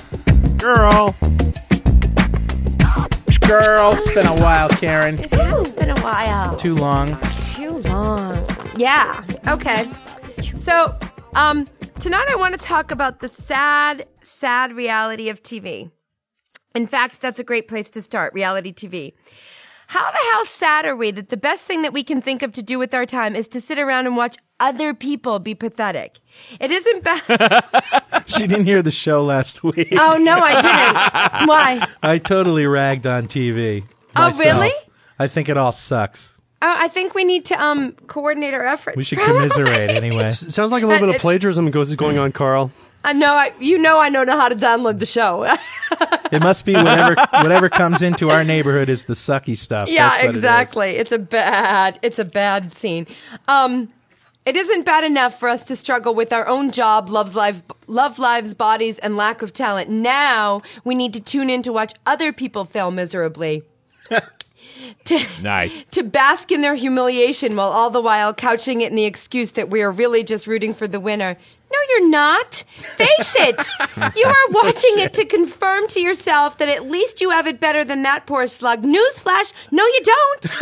B: Girl. Girl. It's been a while, Karen.
F: It has been a while.
B: Too long.
F: too long. Yeah. Okay. So, um, tonight I want to talk about the sad, sad reality of TV. In fact, that's a great place to start reality TV. How the hell sad are we that the best thing that we can think of to do with our time is to sit around and watch other people be pathetic? It isn't bad.
B: She didn't hear the show last week.
F: oh, no, I didn't. Why?
B: I totally ragged on TV.
F: Oh,
B: myself.
F: really?
B: I think it all sucks.
F: Oh, I think we need to um, coordinate our efforts.
B: We should commiserate anyway.
C: It sounds like a little
F: Uh,
C: bit of plagiarism goes going on, Carl.
F: I know. Uh, I, you know, I don't know how to download the show.
B: It must be whatever whatever comes into our neighborhood is the sucky stuff. That's
F: Yeah,
B: what it is.
F: exactly. it's a bad it's a bad scene. Um it isn't bad enough for us to struggle with our own job, love's life, love lives, bodies, and lack of talent. Now we need to tune in to watch other people fail miserably,
G: Nice.
F: to bask in their humiliation while all the while couching it in the excuse that we are really just rooting for the winner. No, you're not. Face it. you are watching it to confirm to yourself that at least you have it better than that poor slug. Newsflash, no, you don't.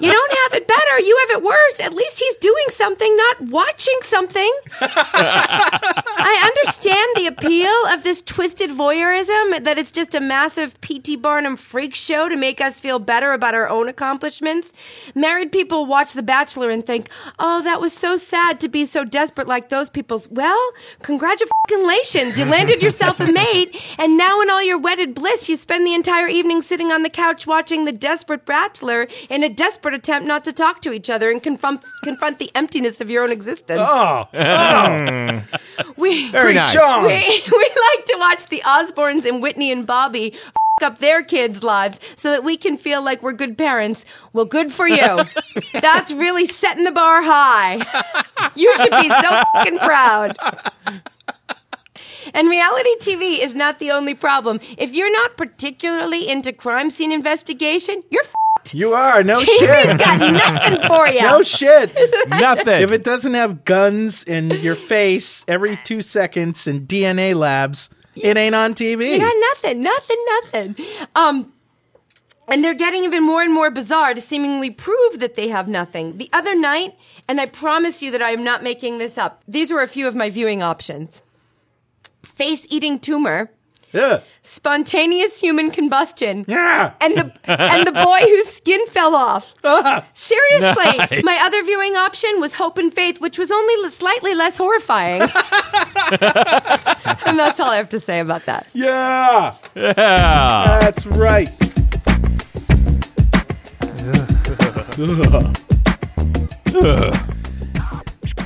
F: You don't have it better. You have it worse. At least he's doing something, not watching something. I understand the appeal of this twisted voyeurism that it's just a massive P.T. Barnum freak show to make us feel better about our own accomplishments. Married people watch The Bachelor and think, oh, that was so sad to be so desperate like those people's. Well, congratulations. You landed yourself a mate, and now in all your wedded bliss, you spend the entire evening sitting on the couch watching The Desperate Bachelor in a desperate attempt not to talk to each other and confront, confront the emptiness of your own existence.
I: Oh, Hmm.
F: we,
G: Very nice.
F: we, we like to watch the Osbournes and Whitney and Bobby f- up their kids' lives so that we can feel like we're good parents. Well, good for you. That's really setting the bar high. You should be so fucking proud. And reality TV is not the only problem. If you're not particularly into crime scene investigation, you're fucked.
B: You are no
F: TV's
B: shit.
F: got nothing for you.
B: No shit.
G: Nothing.
B: If it doesn't have guns in your face every two seconds and DNA labs, it ain't on TV.
F: Yeah, nothing, nothing, nothing. Um, and they're getting even more and more bizarre to seemingly prove that they have nothing. The other night, and I promise you that I am not making this up, these were a few of my viewing options. face eating tumor,
B: Yeah.
F: spontaneous human combustion,
B: Yeah.
F: and the and the boy whose skin fell off. Seriously,
G: Nice.
F: my other viewing option was Hope and Faith, which was only l- slightly less horrifying. and that's all I have to say about that.
B: Yeah.
G: Yeah.
B: That's right.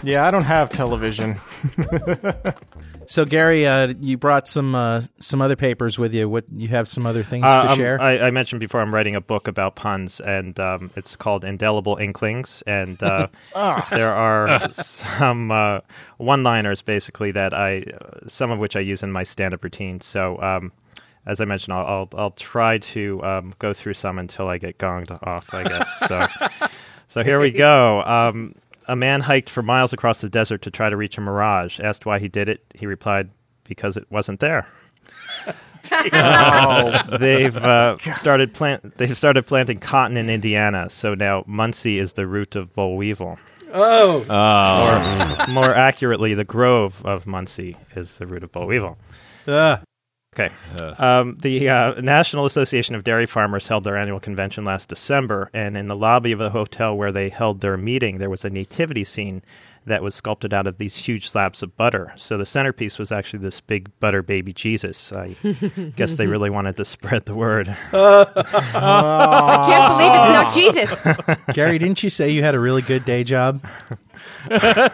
H: Yeah, I don't have television.
B: So Gary, uh, you brought some uh, some other papers with you. What you have some other things
I: Uh,
B: to
H: um,
I: I'm-
B: share?
I: I, I mentioned before I'm writing a book about puns, and um, it's called Indelible Inklings. And uh,
B: Ah.
I: there are some uh, one-liners, basically, that I, some of which I use in my stand-up routine. So, um, as I mentioned, I'll, I'll, I'll try to um, go through some until I get gonged off, I guess. So, so here we go. Um, a man hiked for miles across the desert to try to reach a mirage. Asked why he did it, he replied, "Because it wasn't there." they've uh, started plant. They've started planting cotton in Indiana, so now Muncie is the root of boll weevil. Oh, or more accurately, the grove of Muncie is the root of boll weevil.
H: uh,
B: Ugh.
I: Okay. Um, the uh, National Association of Dairy Farmers held their annual convention last December, and in the lobby of the hotel where they held their meeting, there was a nativity scene that was sculpted out of these huge slabs of butter. So the centerpiece was actually this big butter baby Jesus. I guess they really wanted to spread the word.
B: Uh,
F: I can't believe it's not Jesus.
B: Gary, didn't you say you had a really good day job?
I: yes.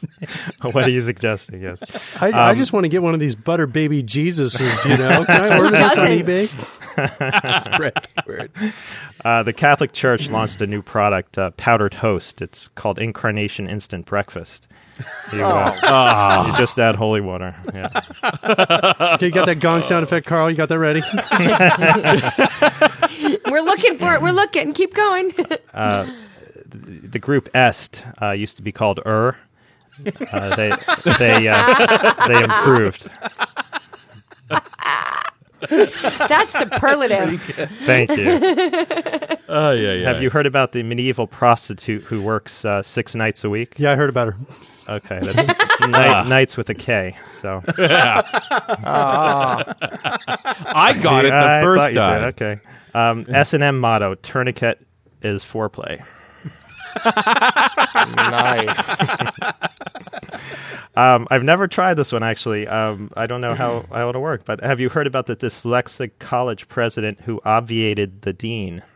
I: what are you suggesting? Yes. Um,
C: I, I just want to get one of these butter baby Jesuses. You know, can I order this on
F: doesn't?
C: eBay?
B: Spread the word.
I: Uh, the Catholic Church launched a new product, uh, powdered toast. It's called Incarnation Instant Breakfast. You, uh,
C: Ah.
I: you just add holy water. Yeah.
C: Okay, you got that gong sound effect, Carl. You got that ready?
F: We're looking for it. We're looking. Keep going.
I: Uh,
F: Uh,
I: the group Est uh, used to be called Er. Uh, they they uh, they improved.
F: That's superlative.
I: Thank you.
G: Oh, yeah, yeah.
I: Have you heard about the medieval prostitute who works uh, six nights a week?
C: Yeah, I heard about her.
I: Okay, that's
G: Ah.
I: night, nights with a K. So
G: Ah. I got it the
I: I thought
G: first
I: you did.
G: time.
I: Okay. Um, S and M motto: Tourniquet is foreplay.
H: nice.
I: Um, I've never tried this one actually. Um, I don't know how,
B: Mm-hmm.
I: how it'll work. But have you heard about the dyslexic college president who obviated the dean?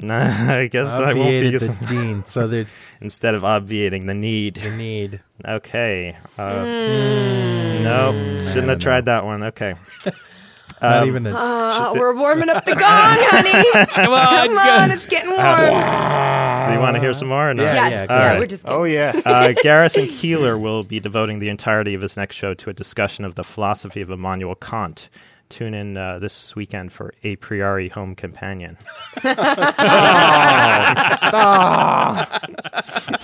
I: Nah, I guess I won't be
B: Obviated
I: using.
B: the dean, so the
I: instead of obviating the need.
B: the need.
I: Okay. Uh,
F: Mm.
B: Mm.
I: No, shouldn't have tried that one. Okay. Um,
B: Not even a.
F: Uh, we're warming up the gong, honey. Come on, it's getting warm. Yeah,
I: Do you want to hear some more? Or not?
B: Yeah,
F: yes,
B: yeah,
F: yeah,
B: go
I: ahead.
F: we're just kidding.
H: Oh yes.
I: Uh, Garrison Keeler will be devoting the entirety of his next show to a discussion of the philosophy of Immanuel Kant. Tune in uh, this weekend for A Priori Home Companion.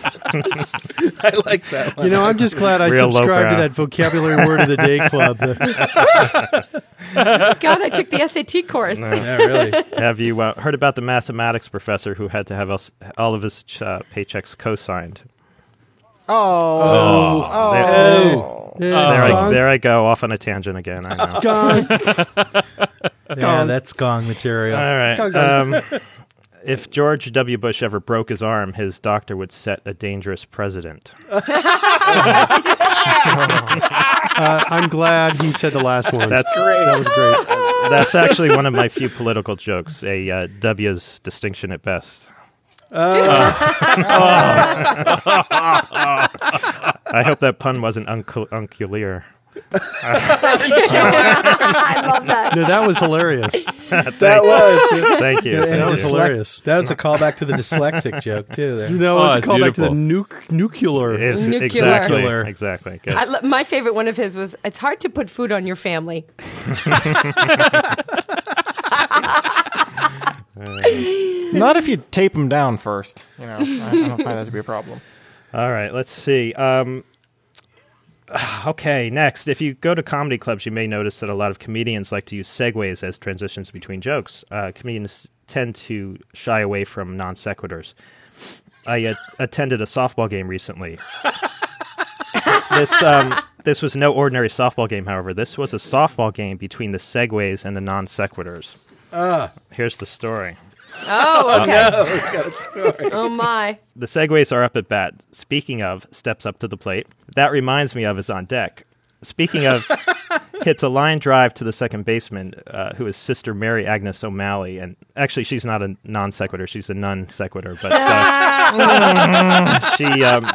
B: I like that one.
C: You know, I'm just glad I
I: Real
C: subscribed to
I: lowbrow.
C: that vocabulary word of the day club. Uh,
F: God, I took the SAT course.
B: Yeah, really.
I: have you uh, heard about the mathematics professor who had to have us- all of his uh, paychecks co-signed?
H: oh.
I: There, I,
C: gong,
I: there I go, off on a tangent again. I know.
C: gong.
B: Yeah, that's gong material.
I: All right. Um, if George W. Bush ever broke his arm, his doctor would set a dangerous precedent.
C: Uh, I'm glad he said the last one.
I: That's
C: great. That was great.
I: That's actually one of my few political jokes. A uh, W's distinction at best. Oh. I hope that pun wasn't uncul- unculiar.
A: I love that.
C: No, that was hilarious.
B: that was.
I: Thank you.
B: And
I: Thank
C: That was
I: you.
C: hilarious.
B: That was a callback to the dyslexic joke too. There.
C: No, it was
G: Oh,
C: a
G: it's
C: callback to the
G: beautiful.
C: nuc- nuclear.
I: It's-
F: Nuclear.
I: exactly.
B: Nuclear.
I: Exactly. Good.
F: I lo- my favorite one of his was it's hard to put food on your family.
H: Not if you tape them down first. You know, I, I don't find that to be a problem.
I: All right, let's see. Um, okay, next. If you go to comedy clubs, you may notice that a lot of comedians like to use segues as transitions between jokes. Uh, comedians tend to shy away from non sequiturs. I uh, attended a softball game recently. this um, This was no ordinary softball game, however. This was a softball game between the segways and the non sequiturs. Here's the story. Um,
F: Oh, okay.
B: got a story.
F: Oh my.
I: The segways are up at bat. Speaking of, steps up to the plate. That reminds me of is on deck. Speaking of, hits a line drive to the second baseman, uh, who is Sister Mary Agnes O'Malley, and actually she's not a non sequitur; she's a non sequitur. But uh, she um,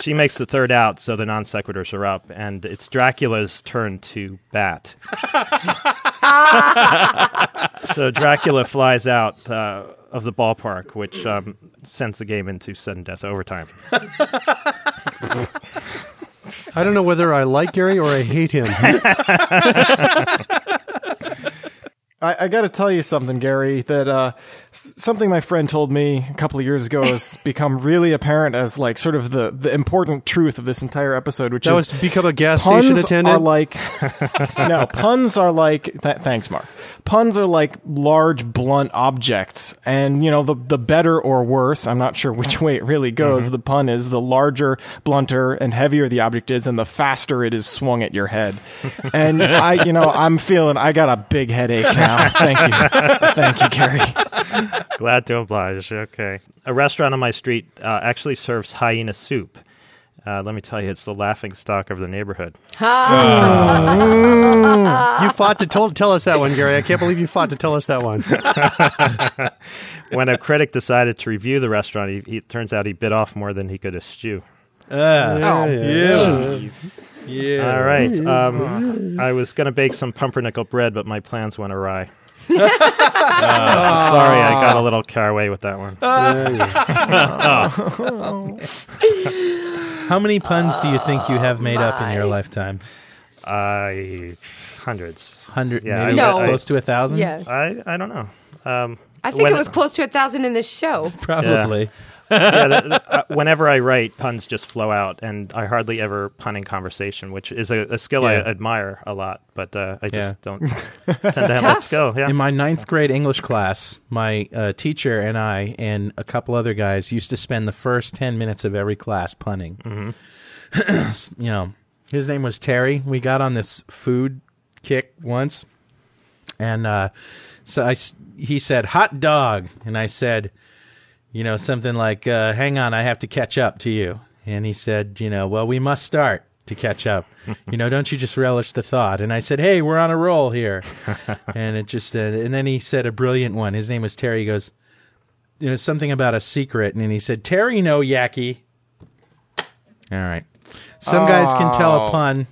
I: she makes the third out, so the non sequiturs are up, and it's Dracula's turn to bat. so Dracula flies out uh, of the ballpark, which um, sends the game into sudden death overtime.
C: I don't know whether I like Gary or I hate him.
H: I, I got to tell you something, Gary. That uh, s- something my friend told me a couple of years ago has become really apparent as like sort of the the important truth of this entire episode, which
C: That was
H: is
C: to become a gas
H: puns
C: station attendant.
H: are like no puns are like th- thanks mark puns are like large blunt objects and you know the the better or worse i'm not sure which way it really goes
C: Mm-hmm.
H: the pun is the larger blunter and heavier the object is and the faster it is swung at your head and i you know i'm feeling i got a big headache now thank you thank you gary
I: Glad to oblige. Okay. A restaurant on my street uh, actually serves hyena soup. Uh, let me tell you, it's the laughing stock of the neighborhood.
F: Ah.
C: you fought to tell, tell us that one, Gary. I can't believe you fought to tell us that one.
I: When a critic decided to review the restaurant, he, he it turns out he bit off more than he could eschew.
B: Ah, Yeah.
I: All right. Um, I was going to bake some pumpernickel bread, but my plans went awry. Uh, sorry, I got a little carried away with that one.
B: Ah.
I: Oh.
B: How many puns do you think you have made up in your lifetime?
I: I hundreds.
B: Hundred,
I: Yeah,
B: maybe
F: I- No.
B: close to a thousand.
F: Yeah.
I: I I don't know. Um,
F: I think
I: when-
F: it was close to a thousand in this show.
B: probably.
I: yeah, th- th- uh, whenever I write, puns just flow out, and I hardly ever pun in conversation, which is a, a skill I
B: Yeah.
I: admire a lot. But uh, I just
B: Yeah.
I: don't tend to have that skill. Yeah,
B: In my ninth grade English class, my uh, teacher and I and a couple other guys used to spend the first 10 minutes of every class punning.
I: Mm-hmm.
B: you know, his name was Terry. We got on this food kick once, and uh, so I, s- he said, hot dog. And I said, you know, something like, uh, hang on, I have to catch up to you. And he said, you know, well, we must start to catch up. you know, don't you just relish the thought? And I said, hey, we're on a roll here. and it just, uh, and then he said a brilliant one. His name was Terry. He goes, you know, something about a secret. And then he said, Terry, no yaki. All right. Some guys can tell a
H: Oh.
B: pun.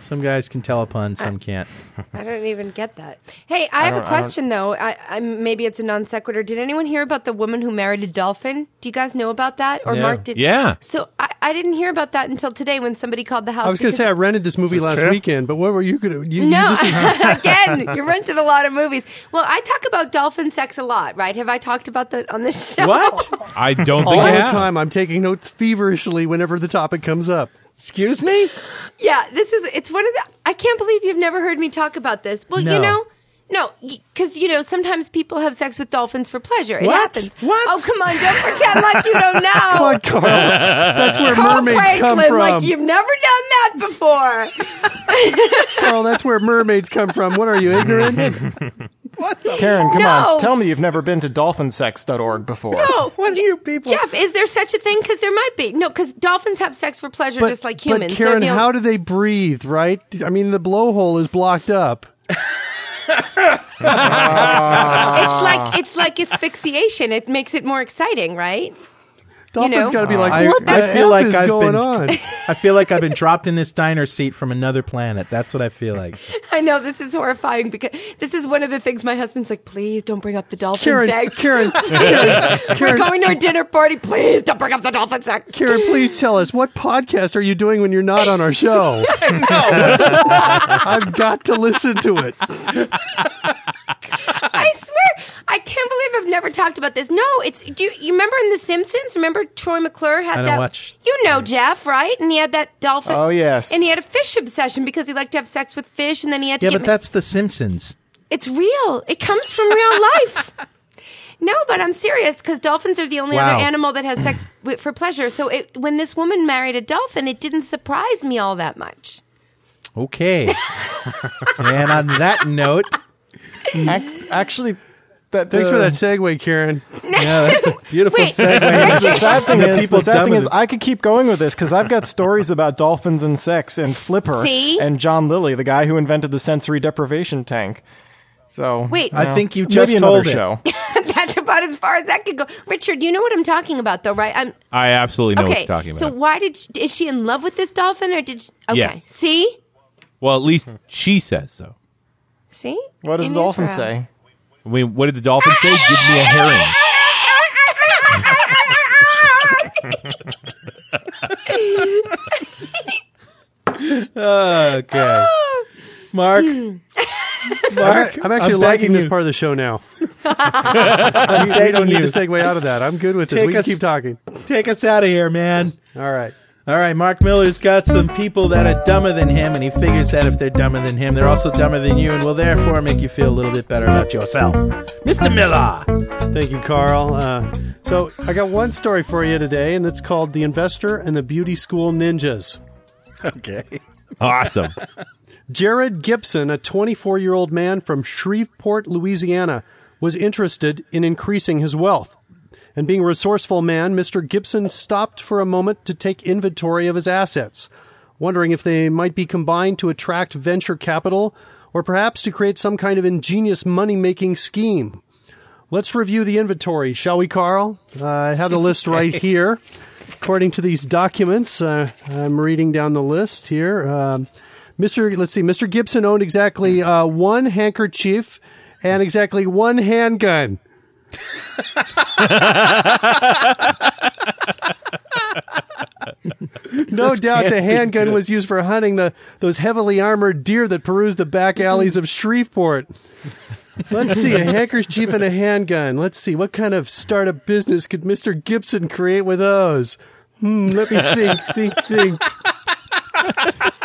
B: Some guys can tell a pun, some can't.
F: I don't even get that. Hey, I, have a question though. I, I maybe it's a non sequitur. Did anyone hear about the woman who married a dolphin? Do you guys know about that? Or
B: No.
F: Mark did?
G: Yeah.
F: So I, I didn't hear about that until today when somebody called the house.
C: I was going to
F: because-
C: say I rented this movie last
I: true.
C: weekend, but what were you going to? You,
F: No,
C: you, this is,
F: again, you rented a lot of movies. Well, I talk about dolphin sex a lot, right? Have I talked about that on this show?
B: What?
G: I don't
C: all
G: think you
C: the
G: have.
C: time I'm taking notes feverishly whenever the topic comes up.
B: Excuse me?
F: Oh. Yeah, this is it's one of the I can't believe you've never heard me talk about this. Well,
B: No.
F: you know, no, because you know sometimes people have sex with dolphins for pleasure. It
B: What?
F: happens.
B: What?
F: Oh, come on! Don't pretend like you don't know.
C: Come on, Carl. That's where
F: Carl
C: mermaids
F: Franklin,
C: come from.
F: like you've never done that before.
C: Carl, that's where mermaids come from. What are you, ignorant?
H: karen come
F: No.
H: on tell me you've never been to dolphinsex.org before
F: No,
B: What are you people?
F: Jeff, is there such a thing? Because there might be. No, because dolphins have sex for pleasure, just like humans.
C: But
F: They're
C: Karen,
F: the only-
C: how do they breathe, right? I mean, the blowhole is blocked up.
F: it's
H: Ah.
F: like it's like asphyxiation. It makes it more exciting, right?
C: Dolphins
F: know.
C: got to be like,
B: I,
C: what the
B: I
C: F
B: feel like
C: is
B: I've
C: going
B: been,
C: on?
B: I feel like I've been dropped in this diner seat from another planet. That's what I feel like.
F: I know this is horrifying because this is one of the things my husband's like, please don't bring up the dolphin
C: Karen,
F: sex.
C: Karen,
F: Please, we're going to a dinner party. Please don't bring up the dolphin sex.
C: Karen, please tell us what podcast are you doing when you're not on our show? I've got to listen to it.
F: I swear, I can't believe I've never talked about this. No, it's do you, you remember in The Simpsons? Remember Troy McClure had
B: I don't
F: that.
B: watch-
F: You know Jeff, right? And he had that dolphin.
H: Oh, yes.
F: And he had a fish obsession because he liked to have sex with fish, and then he had to
B: Yeah,
F: get.
B: but that's The Simpsons.
F: it's real. It comes from real life. No, but I'm serious because dolphins are the only
B: Wow.
F: other animal that has sex with, for pleasure. So it, when this woman married a dolphin, it didn't surprise me all that much.
B: Okay. and on that note,
H: Ac- actually, that
J: Thanks
H: the-
J: for that segue, Karen.
B: yeah, that's a beautiful
F: Wait,
B: segue.
H: The sad thing
B: The
H: is,
B: people
H: the sad
B: dumb
H: thing
B: with
H: is, I could keep going with this because I've got stories about dolphins and sex and Flipper
F: See?
H: and John Lilly, the guy who invented the sensory deprivation tank. So
F: Wait.
B: I think you
H: maybe
B: just
H: another
B: told it.
H: show.
F: That's about as far as that could go. Richard, you know what I'm talking about, though, right? I'm
G: I absolutely know what
F: okay.
G: you're talking about.
F: So why did she, is she in love with this dolphin, or did she, okay?
G: Yes.
F: See,
G: well, at least she says so.
F: see.
H: What does
F: In
H: the dolphin
F: Israel.
H: say?
G: I mean, what did the dolphin say? Give me a herring.
F: Oh.
B: Okay. Mark,
C: Hmm.
B: Mark,
J: I'm actually liking
B: begging
J: this
B: you.
J: part of the show now. I mean, we don't need to segue out of that. I'm good with this.
B: Take
J: we can
B: us-
J: keep talking.
B: Take us out of here, man.
J: All right.
B: All right, Mark Miller's got some people that are dumber than him, and he figures that if they're dumber than him, they're also dumber than you, and will therefore make you feel a little bit better about yourself. Mr. Miller!
J: Thank you, Carl. Uh, so I got one story for you today, and it's called "The Investor and the Beauty School Ninjas."
B: Okay.
G: Awesome.
J: Jared Gibson, a 24 year old man from Shreveport, Louisiana, was interested in increasing his wealth. And being a resourceful man, Mr. Gibson stopped for a moment to take inventory of his assets, wondering if they might be combined to attract venture capital or perhaps to create some kind of ingenious money making scheme. Let's review the inventory, shall we, Carl? Uh, I have the list right here. According to these documents, uh, I'm reading down the list here. Um, Mr. Let's see, Mr. Gibson owned exactly uh, one handkerchief and exactly one handgun. no doubt the handgun was used for hunting the those heavily armored deer that peruse the back alleys of Shreveport. Let's see, a handkerchief and a handgun. Let's see, what kind of startup business could Mr. Gibson create with those? Hmm, let me think, think, think.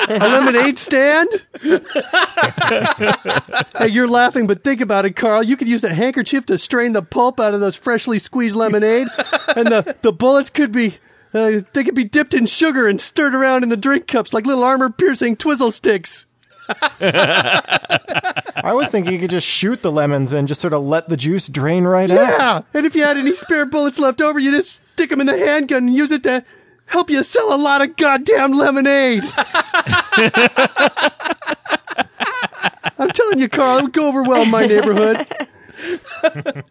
J: A lemonade stand? hey, you're laughing, but think about it, Carl. You could use the handkerchief to strain the pulp out of those freshly squeezed lemonade, and the, the bullets could be. Uh, they could be dipped in sugar and stirred around in the drink cups like little armor piercing twizzle sticks.
H: I was thinking you could just shoot the lemons and just sort of let the juice drain right out.
J: Yeah, and if you had any spare bullets left over, you just stick them in the handgun and use it to help you sell a lot of goddamn lemonade. I'm telling you, Carl, it would go over well in my neighborhood.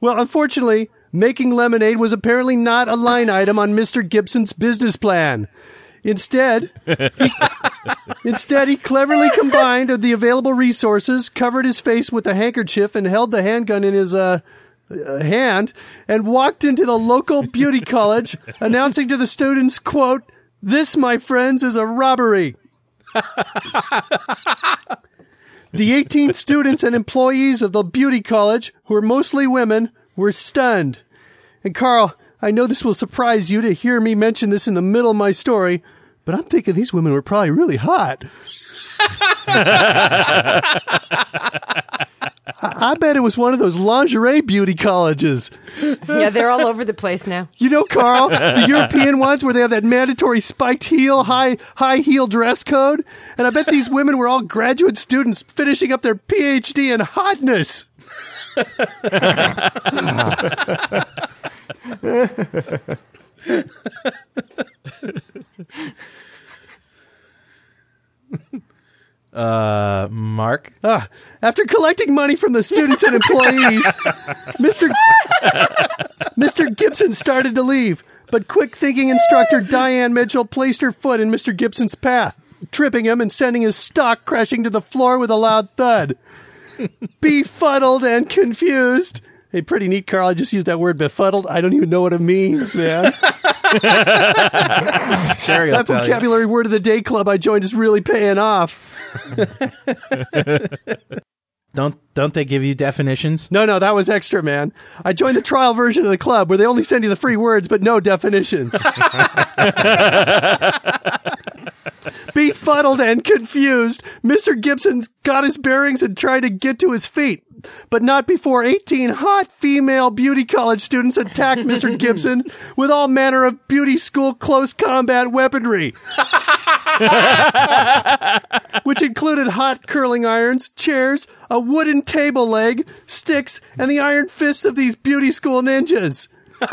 J: well, unfortunately, making lemonade was apparently not a line item on Mr. Gibson's business plan. Instead, Instead, he cleverly combined the available resources, covered his face with a handkerchief, and held the handgun in his uh, uh, hand, and walked into the local beauty college, announcing to the students, "quote This, my friends, is a robbery." the 18 students and employees of the beauty college, who were mostly women, were stunned. And Carl, I know this will surprise you to hear me mention this in the middle of my story, but I'm thinking these women were probably really hot. I-, I bet it was one of those lingerie beauty colleges.
F: Yeah, they're all over the place now.
J: You know, Carl, the European ones where they have that mandatory spiked heel, high high heel dress code. And I bet these women were all graduate students finishing up their PhD in hotness.
B: Uh, Mark?
J: Ah, after collecting money from the students and employees, Mr. Mr. Gibson started to leave, but quick thinking instructor Diane Mitchell placed her foot in Mr. Gibson's path, tripping him and sending his stock crashing to the floor with a loud thud. Befuddled and confused. Hey, pretty neat, Carl. I just used that word befuddled. I don't even know what it means, man.
B: Sherry will
J: that
B: tell you.
J: vocabulary word of the day club I joined is really paying off.
B: Don't, don't they give you definitions?
J: No, no, that was extra, man. I joined the trial version of the club where they only send you the free words but no definitions. Befuddled and confused, Mr. Gibson's got his bearings and tried to get to his feet. but not before 18 hot female beauty college students attacked Mr. Gibson with all manner of beauty school close combat weaponry. which included hot curling irons, chairs, a wooden table leg, sticks, and the iron fists of these beauty school ninjas. Wait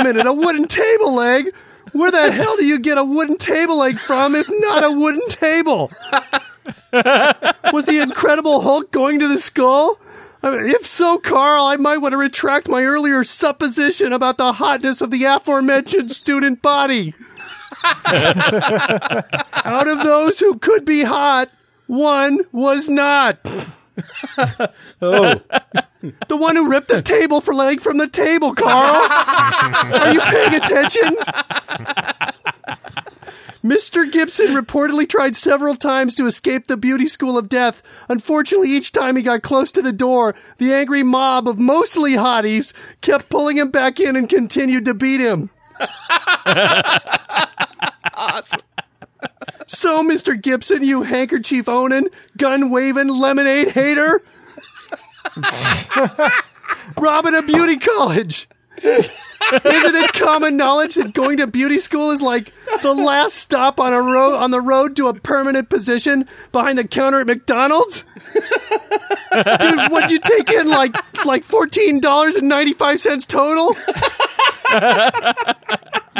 J: a minute, a wooden table leg? Where the hell do you get a wooden table leg from if not a wooden table? Was the Incredible Hulk going to the skull? I mean, if so, Carl, I might want to retract my earlier supposition about the hotness of the aforementioned student body. Out of those who could be hot, one was not.
B: Oh,
J: The one who ripped the table for leg from the table, Carl. Are you paying attention? Mr. Gibson reportedly tried several times to escape the beauty school of death. Unfortunately, each time he got close to the door, the angry mob of mostly hotties kept pulling him back in and continued to beat him. awesome. So, Mr. Gibson, you handkerchief owning, gun waving, lemonade hater. Robin a beauty college. Isn't it common knowledge that going to beauty school is like the last stop on a road on the road to a permanent position behind the counter at McDonald's? Dude, what'd you take in like like fourteen dollars and ninety five cents total?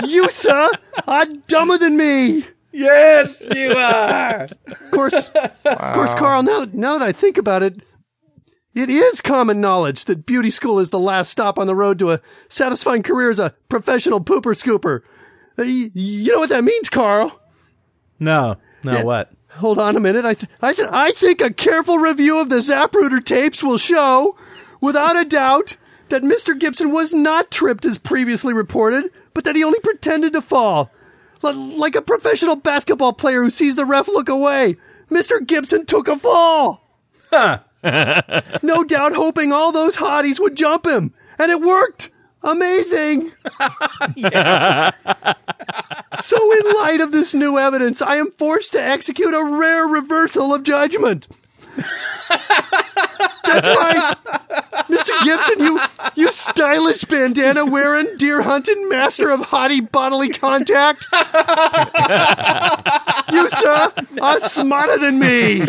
J: you sir are dumber than me.
B: yes, you are.
J: Of course, of course, Carl. Now, now that I think about it, it is common knowledge that beauty school is the last stop on the road to a satisfying career as a professional pooper scooper. Uh, y- You know what that means, Carl.
B: No, no, what?
J: Hold on a minute. I, th- I, th- I think a careful review of the Zapruder tapes will show, without a doubt, that Mr. Gibson was not tripped as previously reported, but that he only pretended to fall. L- like a professional basketball player who sees the ref look away, Mr. Gibson took a fall. no doubt hoping all those hotties would jump him. And it worked. Amazing. So, in light of this new evidence, I am forced to execute a rare reversal of judgment. That's right, Mr. Gibson, you you stylish bandana wearing, deer hunting master of hottie bodily contact. you, sir, are smarter than me.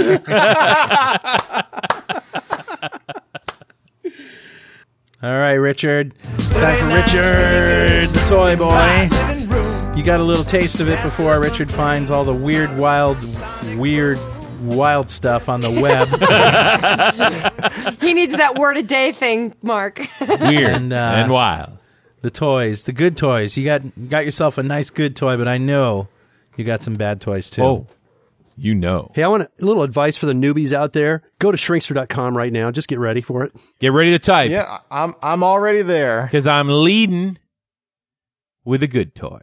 B: All right, Richard. Time for Richard, the toy boy. You got a little taste of it before Richard finds all the weird, wild, weird, wild stuff on the web.
F: He needs that word a day thing, Mark.
G: Weird
B: And,
G: and,
B: uh,
G: wild.
B: the toys, the good toys. You got you got yourself a nice good toy, but I know you got some bad toys too.
G: Oh, you know.
J: Hey, I want a little advice for the newbies out there. Go to shrinkster.com right now. Just get ready for it.
G: Get ready to type
C: Yeah, I- I'm I'm already there.
G: because I'm leading with a good toy.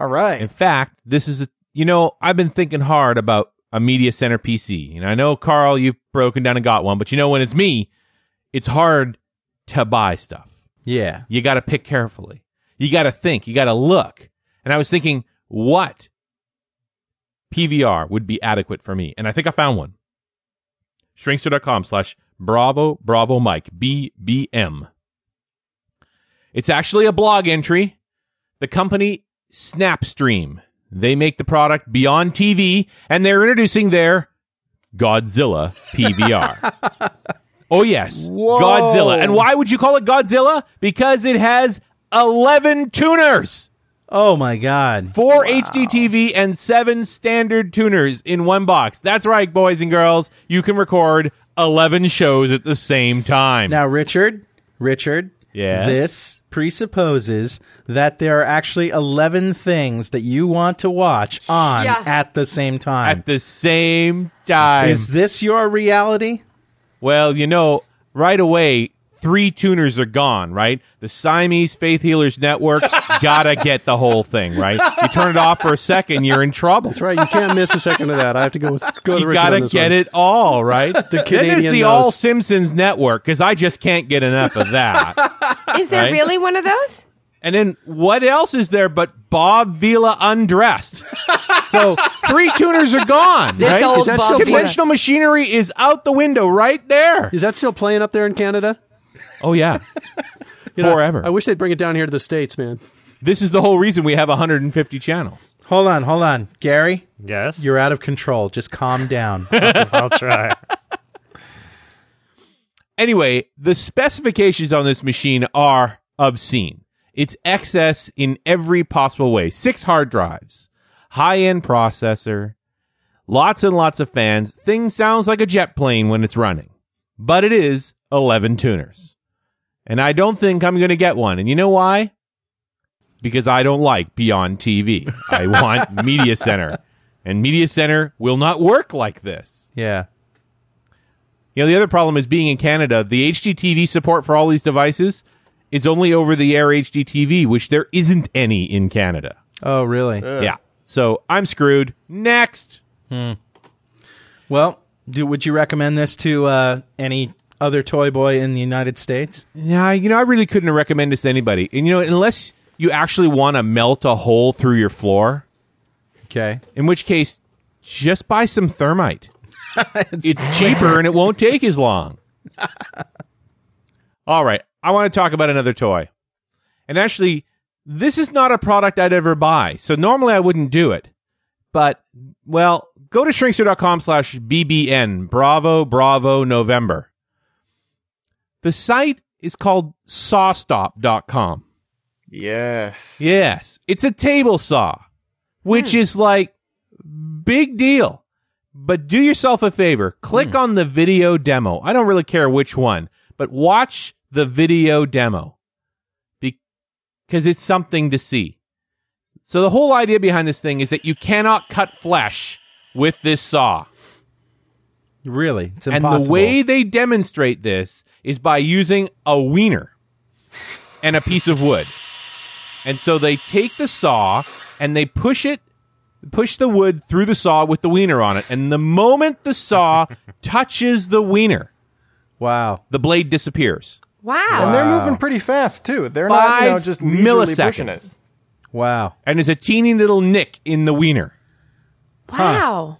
C: All right.
G: In fact, this is a you know I've been thinking hard about a media center PC, and I know Carl, you've broken down and got one, but you know when it's me, it's hard to buy stuff.
B: Yeah.
G: You got to pick carefully. You got to think. You got to look. And I was thinking, what PVR would be adequate for me? And I think I found one. Shrinkster.com slash Bravo Bravo Mike BBM. It's actually a blog entry. The company Snapstream. They make the product Beyond TV, and they're introducing their Godzilla PVR. Oh yes, Godzilla. And why would you call it Godzilla? Because it has 11 tuners,
B: Oh my God.
G: 4 HDTV and 7 standard tuners in one box. That's right, boys and girls, you can record 11 shows at the same time.
B: Now, Richard, Richard,
G: Yeah?
B: this presupposes that there are actually 11 things that you want to watch on
F: Yeah.
B: at the same time.
G: at the same time.
B: Is this your reality?
G: Well, you know, right away, three tuners are gone, right? The Siamese Faith Healers Network gotta get the whole thing, right? You turn it off for a second, you're in trouble.
J: That's right. You can't miss a second of that. I have to go with go to
G: you
J: Richard
G: gotta
J: on this
G: get
J: one.
G: it all, right? the then
J: Canadian
G: there's the
J: knows.
G: All Simpsons Network because I just can't get enough of that.
F: Is there
G: Right?
F: really one of those?
G: And then what else is there but Bob Vila undressed? so three tuners are gone,
F: This
G: right?
F: old
G: Is that
F: Bob
G: still-
F: Vila.
G: Conventional machinery is out the window right there.
C: Is that still playing up there in Canada?
G: Oh yeah,
C: You know,
G: forever.
C: I wish they'd bring it down here to the states, man.
G: this is the whole reason we have 150 channels.
B: Hold on, hold on, Gary.
I: Yes,
B: You're out of control. Just calm down.
I: I'll try.
G: Anyway, the specifications on this machine are obscene. It's excess in every possible way. Six hard drives, high end processor, lots and lots of fans. Thing sounds like a jet plane when it's running, but it is 11 tuners. And I don't think I'm going to get one. And you know why? Because I don't like Beyond TV. I want Media Center. And Media Center will not work like this.
B: yeah.
G: You know, the other problem is being in Canada, the HDTV support for all these devices is only over the air HDTV, which there isn't any in Canada.
B: Oh, really?
G: Yeah. So I'm screwed. Next.
B: Hmm. Well, do, would you recommend this to uh, any other toy boy in the United States?
G: Yeah, you know, I really couldn't recommend this to anybody. And, you know, unless you actually want to melt a hole through your floor,
B: Okay.
G: in which case, just buy some thermite. it's cheaper and it won't take as long. All right. I want to talk about another toy. And actually, this is not a product I'd ever buy. So normally I wouldn't do it. But, well, go to shrinkster.com slash BBN. Bravo, bravo, November. The site is called sawstop.com.
H: Yes.
G: Yes. It's a table saw, which is like big deal. But do yourself a favor,
B: Hmm.
G: click on the video demo. I don't really care which one, but watch the video demo because it's something to see. So the whole idea behind this thing is that you cannot cut flesh with this saw.
B: Really? It's
G: And
B: impossible.
G: the way they demonstrate this is by using a wiener and a piece of wood. And so they take the saw and they push it, push the wood through the saw with the wiener on it. And the moment the saw touches the wiener,
B: Wow.
G: the blade disappears.
H: And
F: Wow.
H: they're moving pretty fast too. They're not you know
G: Five
H: just leisurely pushing
G: milliseconds.
H: it.
B: Wow.
G: And there's a teeny little nick in the wiener.
F: Wow.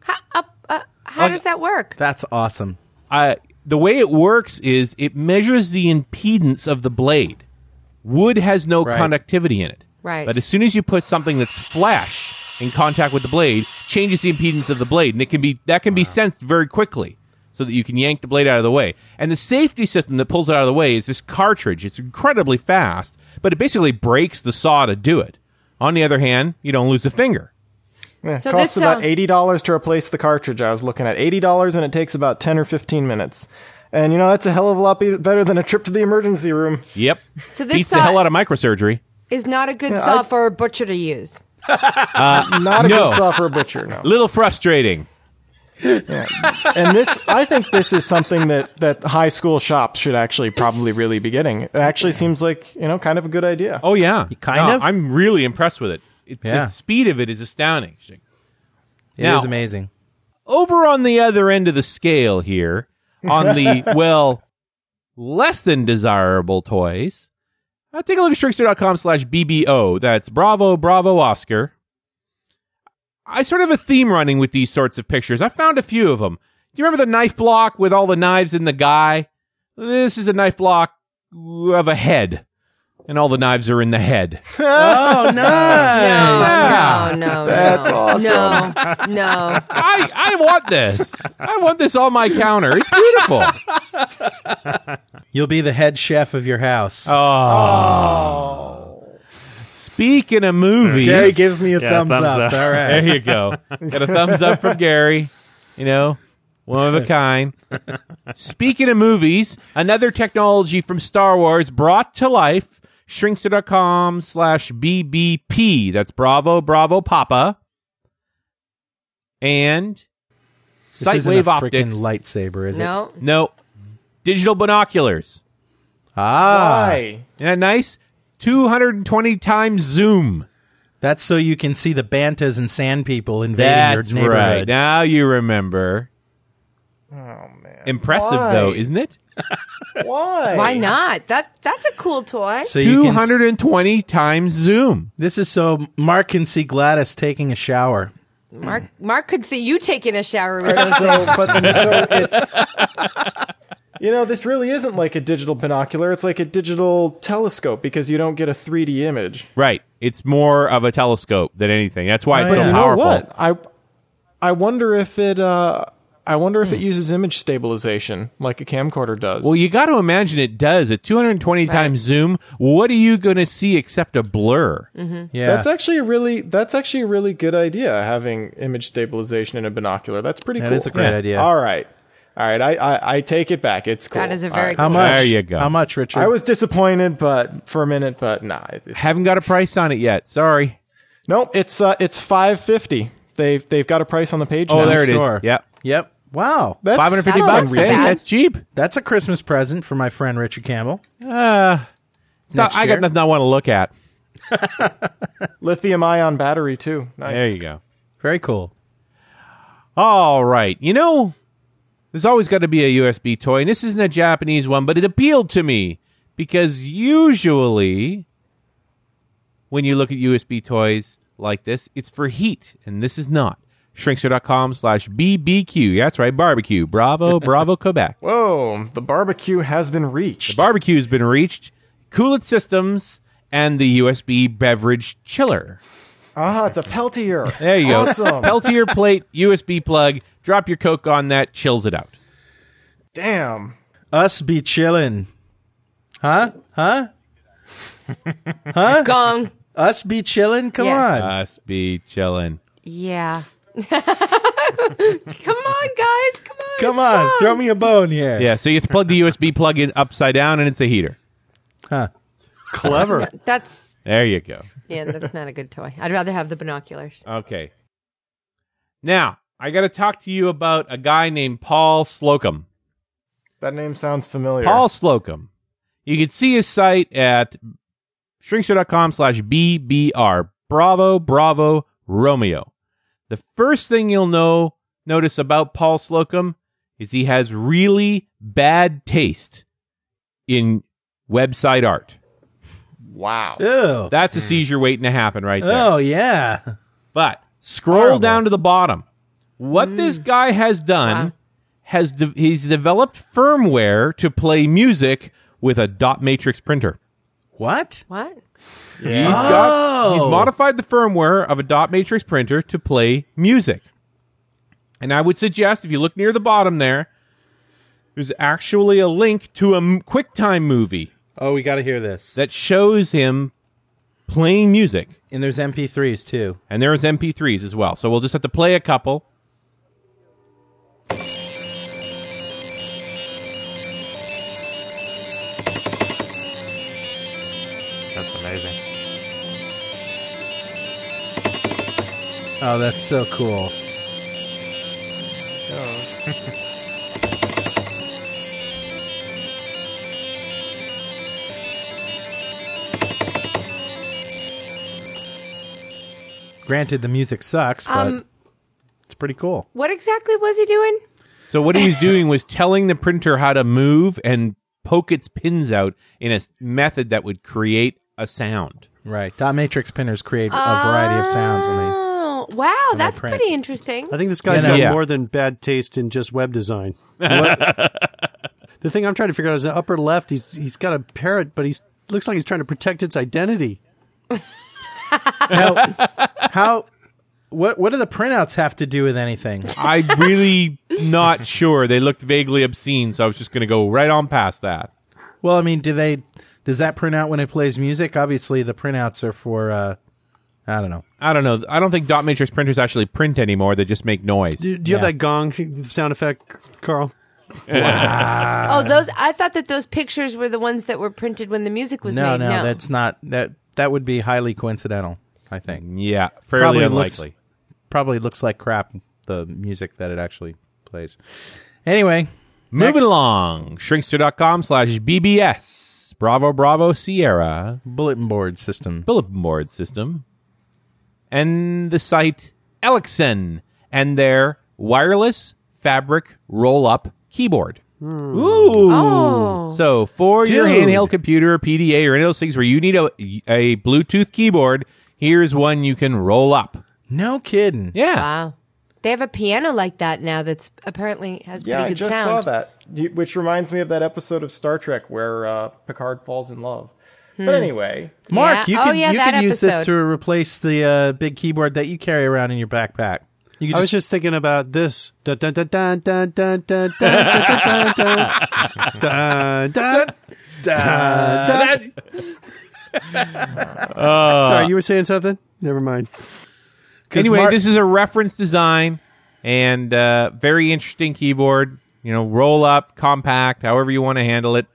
F: How, uh, uh, how
G: Like-
F: does that work?
B: That's awesome.
G: uh, the way it works is it measures the impedance of the blade. Wood has no
B: Right.
G: conductivity in it.
F: Right.
G: But as soon as you put something that's flash in contact with the blade, changes the impedance of the blade, and it can be that can be sensed very quickly, so that you can yank the blade out of the way. And the safety system that pulls it out of the way is this cartridge. It's incredibly fast, but it basically breaks the saw to do it. On the other hand, you don't lose a finger.
H: Yeah,
F: So
H: it costs
F: this,
H: about
F: uh,
H: eighty dollars to replace the cartridge. I was looking at eighty dollars, and it takes about ten or fifteen minutes. And you know that's a hell of a lot be- better than a trip to the emergency room.
G: Yep.
F: So this
G: beats
F: saw-
G: the hell out of microsurgery.
F: Is not a good saw
H: I-
F: for a butcher to use.
H: Not a
G: Uh, No.
H: good saw for a butcher. No.
G: Little frustrating.
H: and this, I think, this is something that that high school shops should actually probably really be getting. It actually seems like you know kind of a good idea.
G: Oh yeah,
B: kind
G: No,
B: of?
G: I'm really impressed with it. it
B: Yeah.
G: The speed of it is astounding.
B: It is
G: Now-
B: amazing.
G: Over on the other end of the scale here, on the well, less than desirable toys, uh, take a look at trickster.com slash bbo. That's Bravo Bravo Oscar. I sort of have a theme running with these sorts of pictures. I found a few of them. Do you remember the knife block with all the knives and the guy? This is a knife block of a head, and all the knives are in the head.
B: Oh, nice.
F: No, no, no. That's awesome. No, no.
G: I, I want this. I want this on my counter. It's beautiful.
B: You'll be the head chef of your
G: Oh.
B: house.
G: Speaking of movies,
B: Gary gives me a
I: Yeah,
B: thumbs,
I: thumbs
B: up.
I: up.
B: All
G: there
B: right.
G: you go. Got a thumbs up from Gary. You know, one of a kind. Speaking of movies, another technology from Star Wars brought to life. Shrinkster.com slash BBP. That's Bravo, Bravo, Papa. And
B: This
G: Sight
B: isn't
G: Wave
B: a freaking
G: Optics.
B: lightsaber, is it?
F: No.
G: No. Digital binoculars.
B: Ah,
H: Why?
G: Isn't that nice? 220 times zoom.
B: that's so you can see the bantas and sand people invading
G: That's
B: your neighborhood.
G: right. Now you remember. impressive,
H: Oh, Why?
G: though, isn't it?
H: Why?
F: Why not? That that's a cool toy.
B: So you
G: Two
B: can s-
G: hundred and twenty times zoom.
B: This is so Mark can see Gladys taking a shower.
F: Mark Mark could see you taking a shower with those.
H: so, but so it's you know this really isn't like a digital binocular. It's like a digital telescope because you don't get a 3D image.
G: Right. It's more of a telescope than anything. That's why it's so
H: you
G: powerful.
H: know what? I I wonder if it uh, I wonder if it uses image stabilization like a camcorder does.
G: Hmm. Well, you got to imagine it does at 220 times zoom. What are you going to see except a blur?
H: Mm-hmm.
F: Mm-hmm.
B: Yeah,
H: that's actually a really that's actually a really good idea having image stabilization in a binocular. That's pretty
B: That
H: cool.
B: is a great idea.
H: All right. All right, I, I, I take it back. It's cool.
F: That is a
H: All
F: very
H: right.
F: cool
B: how much?
G: There you go.
B: How much, Richard?
H: I was disappointed, but for a minute, but nah. It, it's
G: Haven't got a price on it yet. Sorry.
H: Nope, it's uh, it's five fifty. They've they've got a price on the page.
G: Oh,
H: now.
G: there it is.
B: store.
G: Yep.
B: Yep. Wow,
H: That's
G: 550
F: That's
G: bucks.
F: not
G: Hey,
F: bad.
G: that's cheap.
B: that's a Christmas present for my friend Richard Campbell.
G: Uh, it's not-
B: Next
G: I
B: year.
G: got nothing I want to look at.
H: lithium ion battery too. Nice.
G: There you go.
B: Very cool.
G: All right. You know, there's always got to be a USB toy, and this isn't a Japanese one, but it appealed to me because usually when you look at USB toys like this, it's for heat, and this is not. Shrinkster.com slash BBQ. That's right, barbecue. Bravo, bravo, Quebec.
H: Whoa, the barbecue has been reached.
G: Barbecue's been reached, Coolant Systems, and the USB beverage chiller.
H: ah, it's a Peltier.
G: There you go.
H: Awesome.
G: Peltier plate, USB plug, drop your Coke on that, chills it out.
H: Damn.
B: Us be chillin'. Huh? Huh?
F: Gong.
B: Us be chillin'? Come
F: Yeah.
B: on.
G: Us be chillin'.
F: Yeah. Come on, guys. Come on.
B: Come
F: it's
B: on.
F: fun.
B: Throw me a bone here.
G: Yeah, so you have to plug the USB plug in upside down and it's a heater.
B: Clever.
F: That's
G: There you go.
F: yeah. That's not a good toy. I'd rather have the binoculars.
B: Uh,
G: Okay. Now, I got to talk to you about a guy named Paul Slocum.
H: That name sounds familiar.
G: Paul Slocum. You can see his site at shrinkster.com slash BBR. Bravo, bravo, Romeo. The first thing you'll know notice about Paul Slocum is he has really bad taste in website art.
H: Wow.
B: Ew.
G: That's a seizure waiting to happen right there.
B: Oh, yeah.
G: But scroll down to the bottom. What this guy has done has de- he's developed firmware to play music with a dot matrix printer.
B: What? Oh.
F: What?
G: He's got he's modified the firmware of a dot matrix printer to play music. And I would suggest if you look near the bottom there, there's actually a link to a m- QuickTime movie
B: Oh, we got to hear this.
G: that shows him playing music.
B: And there's MP3s, too.
G: And there's MP3s as well. So we'll just have to play a couple.
I: That's amazing.
B: Oh, that's so cool. Granted, the music sucks, but
F: Um,
B: it's pretty cool.
F: What exactly was he doing?
G: So what he was doing was telling the printer how to move and poke its pins out in a s- method that would create a sound.
B: Right. Dot matrix printers create a variety of sounds when they.
F: Oh wow, that's
B: print.
F: pretty interesting.
C: I think this guy's
B: Yeah, no.
C: got
G: Yeah.
C: more than bad taste in just web design. the thing I'm trying to figure out is the upper left. He's he's got a parrot, but he's looks like he's trying to protect its identity.
F: Ah.
B: How. What what do the printouts have to do with anything?
G: I really not sure. They looked vaguely obscene, so I was just going to go right on past that.
B: Well, I mean, do they does that print out when it plays music? Obviously, the printouts are for uh I don't know.
G: I don't know. I don't think dot matrix printers actually print anymore. They just make noise.
C: Do, do you
B: Yeah.
C: have that gong sound effect, Carl?
B: Uh,
F: oh, those. I thought that those pictures were the ones that were printed when the music was
B: No,
F: made.
B: no, that's not that. That would be highly coincidental. I think
G: Yeah, fairly
B: Probably looks-
G: unlikely.
B: probably looks like crap the music that it actually plays. Anyway,
G: Moving
B: next,
G: along, shrinkster.com slash BBS. Bravo, bravo, Sierra.
B: bulletin board system.
G: bulletin board system and the site Elixen and their wireless fabric roll up keyboard. Ooh.
F: Oh.
G: So for your
B: Dude.
G: handheld computer or PDA or any of those things where you need a, a Bluetooth keyboard, here's one you can roll up.
B: No kidding.
G: Yeah.
F: Wow. They have a piano like that now that's apparently has pretty
H: Yeah, I
F: good
H: just
F: sound.
H: saw that, You- which reminds me of that episode of Star Trek where uh, Picard falls in love. But anyway,
B: Mark,
F: Hmm. Yeah.
B: you
F: Oh,
B: could
F: yeah,
B: you
F: that
B: could use this
F: episode.
B: to replace the uh, big keyboard that you carry around in your backpack. You could
C: I was
B: just,
C: just thinking about this. Dun, dun, dun, dun, dun, dun, dun, dun, dun, dun, dun, dun, dun, dun, dun. Sorry, you were saying something? Never mind.
B: 'cause
G: Anyway,
B: Mark-
G: this is a reference design and uh, very interesting keyboard. You know, roll up, compact, however you want to handle it.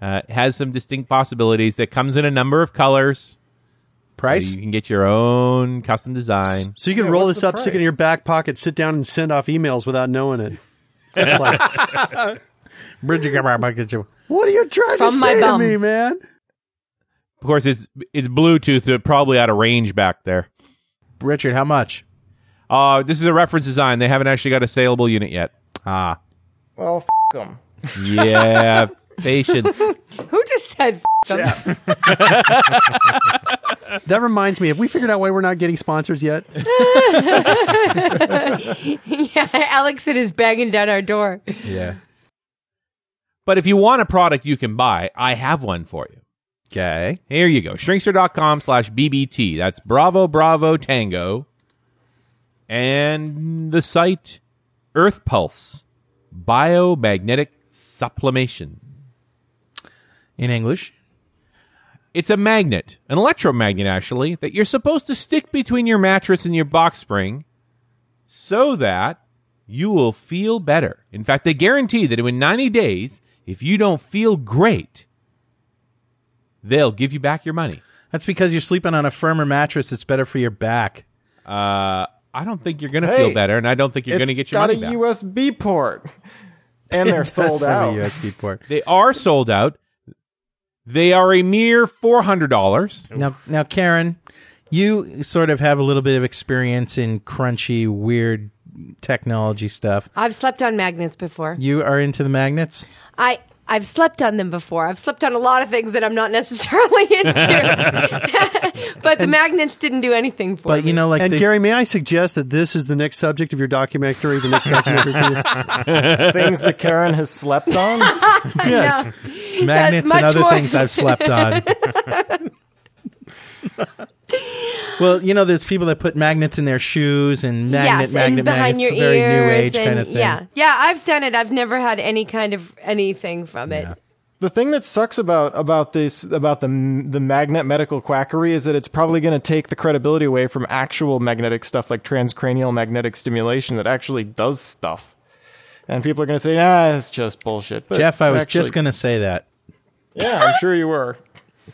G: Uh, it has some distinct possibilities that comes in a number of colors.
B: price.
G: You can get your own custom design.
C: So you can
H: Yeah,
C: roll
H: what's
C: this
H: the
C: up, stick it in
H: price?
C: your back pocket, sit down, and send off emails without knowing it. That's like,
B: Bridget Gabriel-
C: what are you trying to
F: From my
C: say to
F: bum.
C: me, man?
G: Of course, it's it's Bluetooth, so probably out of range back there.
B: Richard, how much?
G: Uh, this is a reference design. They haven't actually got a saleable unit yet.
B: Ah,
H: well, f- them.
G: Yeah, patience.
F: Who just said F- them?
C: That reminds me. Have we figured out why we're not getting sponsors yet?
F: yeah, Alex is banging down our door.
B: yeah.
G: But if you want a product you can buy, I have one for you.
B: Okay.
G: Here you go. Shrinkster.com slash BBT. That's Bravo Bravo Tango. And the site Earth Pulse Biomagnetic Supplimation.
B: In English.
G: It's a magnet, an electromagnet actually, that you're supposed to stick between your mattress and your box spring so that you will feel better. In fact, they guarantee that in 90 days, if you don't feel great, they'll give you back your money.
B: That's because you're sleeping on a firmer mattress. It's better for your back.
G: Uh, I don't think you're going to
H: Hey,
G: feel better, and I don't think you're going to
H: It's
G: get your
H: got
G: money
H: a
G: back.
H: USB port, and they're
B: It does
H: sold
B: have
H: out.
B: A USB port.
G: they are sold out. They are a mere $400.
B: Now, now, Karen, you sort of have a little bit of experience in crunchy, weird technology stuff.
F: I've slept on magnets before.
B: You are into the magnets.
F: I I've slept on them before. I've slept on a lot of things that I'm not necessarily into. but the magnets didn't do anything for
B: But
F: me.
B: you know, like
C: and
B: the,
C: Gary, may I suggest that this is the next subject of your documentary? The next documentary. for you?
H: Things that Karen has slept on.
C: yes.
B: magnets and
F: much
B: other
F: more-
B: things I've slept on. well, you know, there's people that put magnets in their shoes and magnet,
F: yes,
B: magnet,
F: and behind
B: magnets.
F: your
B: It's a very new
F: ears
B: age
F: and
B: kind of thing.
F: yeah, yeah. I've done it. I've never had any kind of anything from it.
H: The thing that sucks about about this about the the magnet medical quackery is that it's probably going to take the credibility away from actual magnetic stuff like transcranial magnetic stimulation that actually does stuff. And people are going to say, "Nah, it's just bullshit." But
B: Jeff, I was
H: actually-
B: just going to say that.
H: Yeah, I'm sure you were.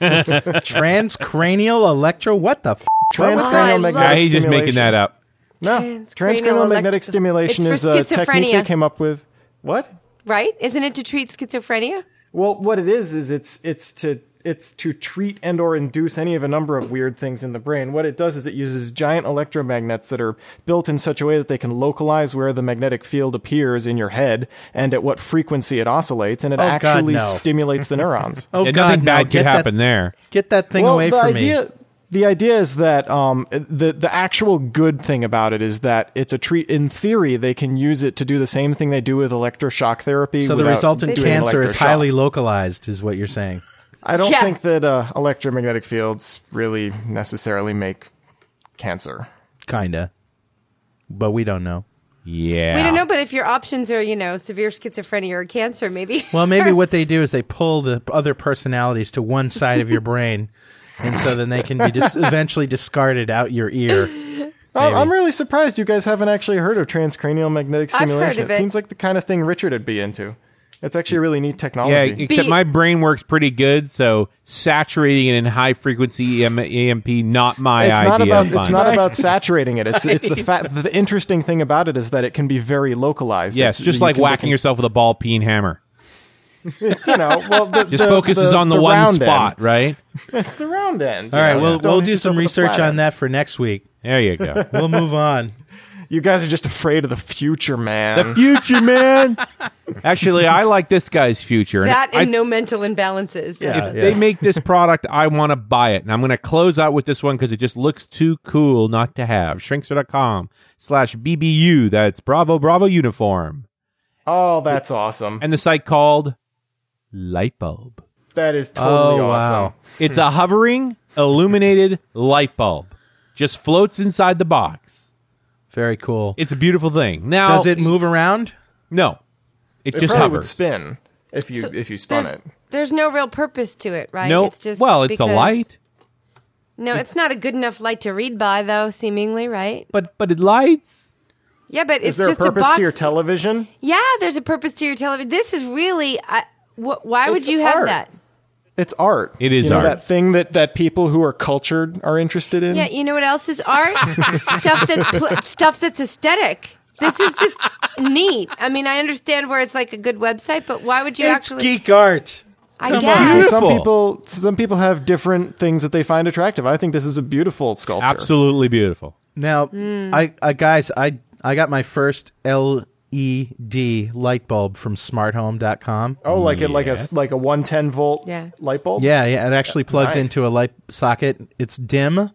B: Transcranial electro. What the f?
H: Transcranial
F: Oh, love-
G: Nah,
H: magnetic
G: he's just making
H: stimulation.
G: that up.
H: No,
F: Transcranial
H: transcranial magnetic
F: elect-
H: stimulation
F: It's
H: is
F: for
H: a technique they
F: schizophrenia.
H: came up with. What?
F: Right? Isn't it to treat schizophrenia?
H: Well, what it is is it's it's to it's to treat and or induce any of a number of weird things in the brain. What it does is it uses giant electromagnets that are built in such a way that they can localize where the magnetic field appears in your head and at what frequency it oscillates, and it
B: Oh, God,
H: actually
B: no.
H: stimulates the neurons.
B: Oh
G: Yeah,
B: God,
G: nothing
B: no,
G: bad could
B: get that-
G: happen there.
B: Get that thing away
H: the
B: from
H: idea,
B: me.
H: The idea is that um, the the actual good thing about it is that it's a treat. In theory, they can use it to do the same thing they do with electroshock therapy.
B: So the
H: without
B: resultant
H: doing
B: cancer is
H: electroshock.
B: highly localized, is what you're saying.
H: I don't
F: Yeah.
H: think that uh, electromagnetic fields really necessarily make cancer.
B: Kinda, but we don't know.
G: Yeah.
F: We don't know, but if your options are, you know, severe schizophrenia or cancer, maybe.
B: Well, maybe what they do is they pull the other personalities to one side of your brain, and so then they can be dis- eventually discarded out your ear.
H: I'm, I'm really surprised you guys haven't actually heard of transcranial magnetic
F: I've heard
H: stimulation.
F: of it.
H: seems like the kind of thing Richard would be into. It's actually a really neat
G: Yeah,
H: technology.
G: except
F: Be-
G: my brain works pretty good, so saturating it in high frequency E EM- EMP not my
H: it's
G: idea.
H: not about
G: of
H: it's
G: fun.
H: not about saturating it. It's it's the fact the interesting thing about it is that it can be very localized.
G: yes,
H: It's-
G: just
H: you
G: like
H: can-
G: whacking yourself with a ball peen hammer.
H: You know, well, the,
G: Just
H: the-
G: focuses
H: the-
G: on the,
H: the
G: one
H: round
G: spot,
H: End.
G: right?
H: It's the round end.
B: All right, we'll we'll do some research on that for next week.
G: There you go.
B: We'll move on.
H: You guys are just afraid of the future, man.
G: The future, man. Actually, I like this guy's future. and
F: That and
G: I-
F: no mental imbalances.
G: if they make this product, I want to buy it. And I'm going to close out with this one because it just looks too cool not to have. Shrinkster.com slash BBU. That's Bravo Bravo Uniform.
H: oh, that's awesome.
G: And the site called Light Bulb.
H: That is totally
B: Oh,
H: awesome.
B: wow.
G: It's a hovering, illuminated light bulb. Just floats inside the box.
B: Very cool.
G: It's a beautiful thing. Now,
B: Does it move around?
G: No. It,
H: It
G: just
H: probably
G: hovers.
H: would spin if you
F: So
H: if you spun
F: there's,
H: it.
F: There's no real purpose to it, right?
G: no.
F: it's just
G: well, it's a
F: because-
G: light,
F: No, it's not a good enough light to read by, though. Seemingly, right?
G: but but it lights.
F: Yeah, but
H: Is
F: it's
H: there a
F: just
H: purpose
F: box.
H: to your television?
F: yeah, there's a purpose to your television. This is really. I, wh- why would
H: It's
F: you have
H: art.
F: that?
H: It's art.
G: It is
H: You know
G: art.
H: That thing that that people who are cultured are interested in.
F: Yeah, you know what else is art? stuff that's pl- stuff that's aesthetic. This is just neat. I mean, I understand where it's like a good website, but why would you
B: It's
F: actually?
B: geek art.
F: I
H: So
F: guess.
H: some
G: Beautiful.
H: people some people have different things that they find attractive. I think this is a beautiful sculpture.
G: Absolutely beautiful.
B: Now,
F: Mm.
B: I, I guys, I I got my first LED light bulb from smarthome.com.
H: Oh, like it like a s- like a 110 volt
F: Yeah.
H: light bulb.
B: Yeah, yeah, it actually plugs
H: Nice.
B: into a light socket. It's dim,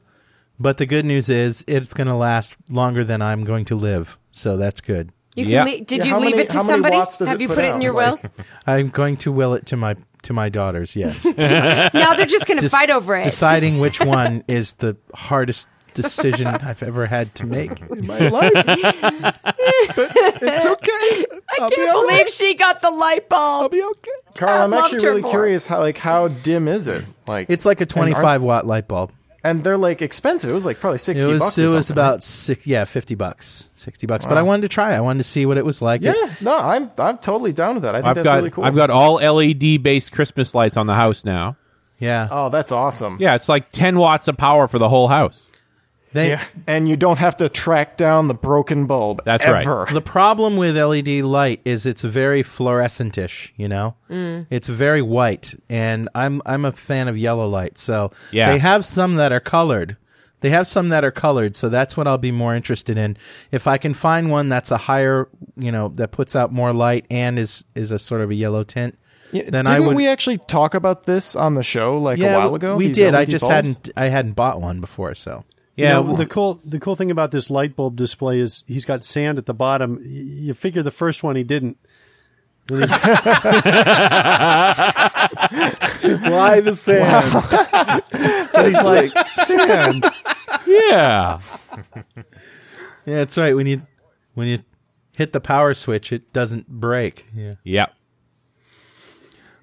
B: but the good news is it's going to last longer than I'm going to live. So that's good.
F: You
G: Yeah.
F: can lea- did
H: Yeah,
F: you
H: how
F: leave
H: many-
F: it to
H: how many
F: somebody?
H: watts does
F: Have
H: it
F: you
H: put
F: put, it in
H: out?
F: your will?
H: Like-
B: I'm going to will it to my to my daughters. Yes.
F: now they're just going to
B: Des-
F: fight over it.
B: Deciding which one is the hardest decision I've ever had to make.
H: My life. But it's okay.
F: I can't believe she got the light bulb.
H: be okay. Carl,
F: I
H: I'm
F: loved
H: actually
F: her
H: really
F: more.
H: curious how like how dim is it? Like
B: It's like a 25 watt light bulb.
H: and they're like expensive. It was like probably
B: It
H: 60
B: was
H: bucks or
B: it was
H: something,
B: about six, yeah, 50 bucks, 60 bucks. But I wanted to try. it. I wanted to see what it was like.
H: right?
B: It-
H: Yeah, no, I'm I'm totally down with that. I think
G: I've
H: that's
G: got
H: really cool.
G: I've got all LED based Christmas lights on the house now.
B: yeah.
H: Oh, that's awesome.
G: Yeah, it's like 10 watts of power for the whole house.
B: They,
H: Yeah. And you don't have to track down the broken bulb.
G: That's right.
H: ever.
B: The problem with LED light is it's very fluorescentish, you know.
H: Mm.
B: It's very white, and I'm I'm a fan of yellow light. So
G: Yeah.
B: they have some that are colored. They have some that are colored, so that's what I'll be more interested in. If I can find one that's a higher, you know, that puts out more light and is is a sort of a yellow tint, then
H: Didn't
B: I would.
H: we actually talk about this on the show like
B: yeah,
H: a while ago?
B: we
H: These
B: did.
H: LED
B: I just
H: bulbs?
B: hadn't I hadn't bought one before, so
C: You know, the cool the cool thing about this light bulb display is he's got sand at the bottom. Y- You figure the first one he didn't.
B: why the sand?
H: It's like sand.
G: yeah.
B: Yeah, that's right. When you when you hit the power switch, it doesn't break. Yeah.
G: Yeah.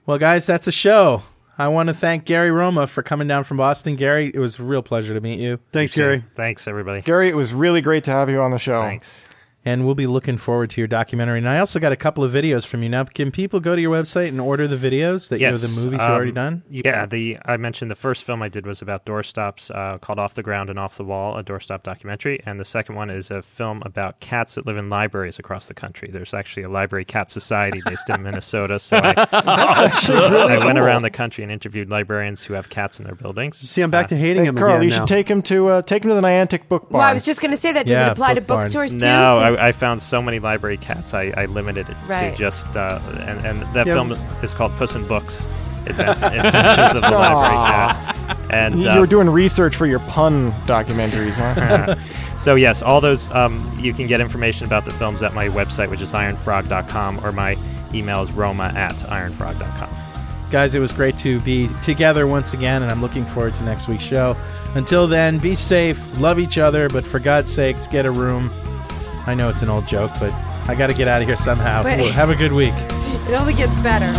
B: Well, guys, that's a show. I want to thank Gary Roma for coming down from Boston. Gary, it was a real pleasure to meet you,
C: Thanks, Gary.
I: Thanks, everybody.
H: Gary, it was really great to have you on the show.
I: Thanks.
B: and we'll be looking forward to your documentary. And I also got a couple of videos from you. Now, can people go to your website and order the videos that you know
I: Yes,
B: the movies
I: um,
B: are already done?
I: Yeah, the I mentioned the first film I did was about doorstops, uh, called "Off the Ground and Off the Wall," a doorstop documentary, and the second one is a film about cats that live in libraries across the country. There's actually a library cat society based in Minnesota, so I,
H: That's actually really
I: I went
H: cool.
I: around the country and interviewed librarians who have cats in their buildings.
C: See, I'm back to hating
H: Uh, Hey,
C: him
H: Carl,
C: again
H: you
C: now.
H: should take him to uh, take him to the Niantic Book Barn.
F: Well, I was just going to say that. Does
B: Yeah,
F: it apply to
B: book barn.
F: bookstores too?
I: No,
F: 'Cause-
I: I, I found so many library cats. I, I limited it
F: Right.
I: to just uh, and, and that
C: Yeah.
I: film is called Puss in Books: Advent- Adventures of the Library Cat. And
H: you,
I: uh,
H: you were doing research for your pun documentaries, huh?
I: so yes, all those um, you can get information about the films at my website, which is ironfrog.com, or my email is roma at ironfrog.com.
B: Guys, it was great to be together once again, and I'm looking forward to next week's show. Until then, be safe, love each other, but for God's sakes, get a room. I know it's an old joke, but I got to get out of here somehow.
F: But-
B: Have a good week.
F: it only gets better.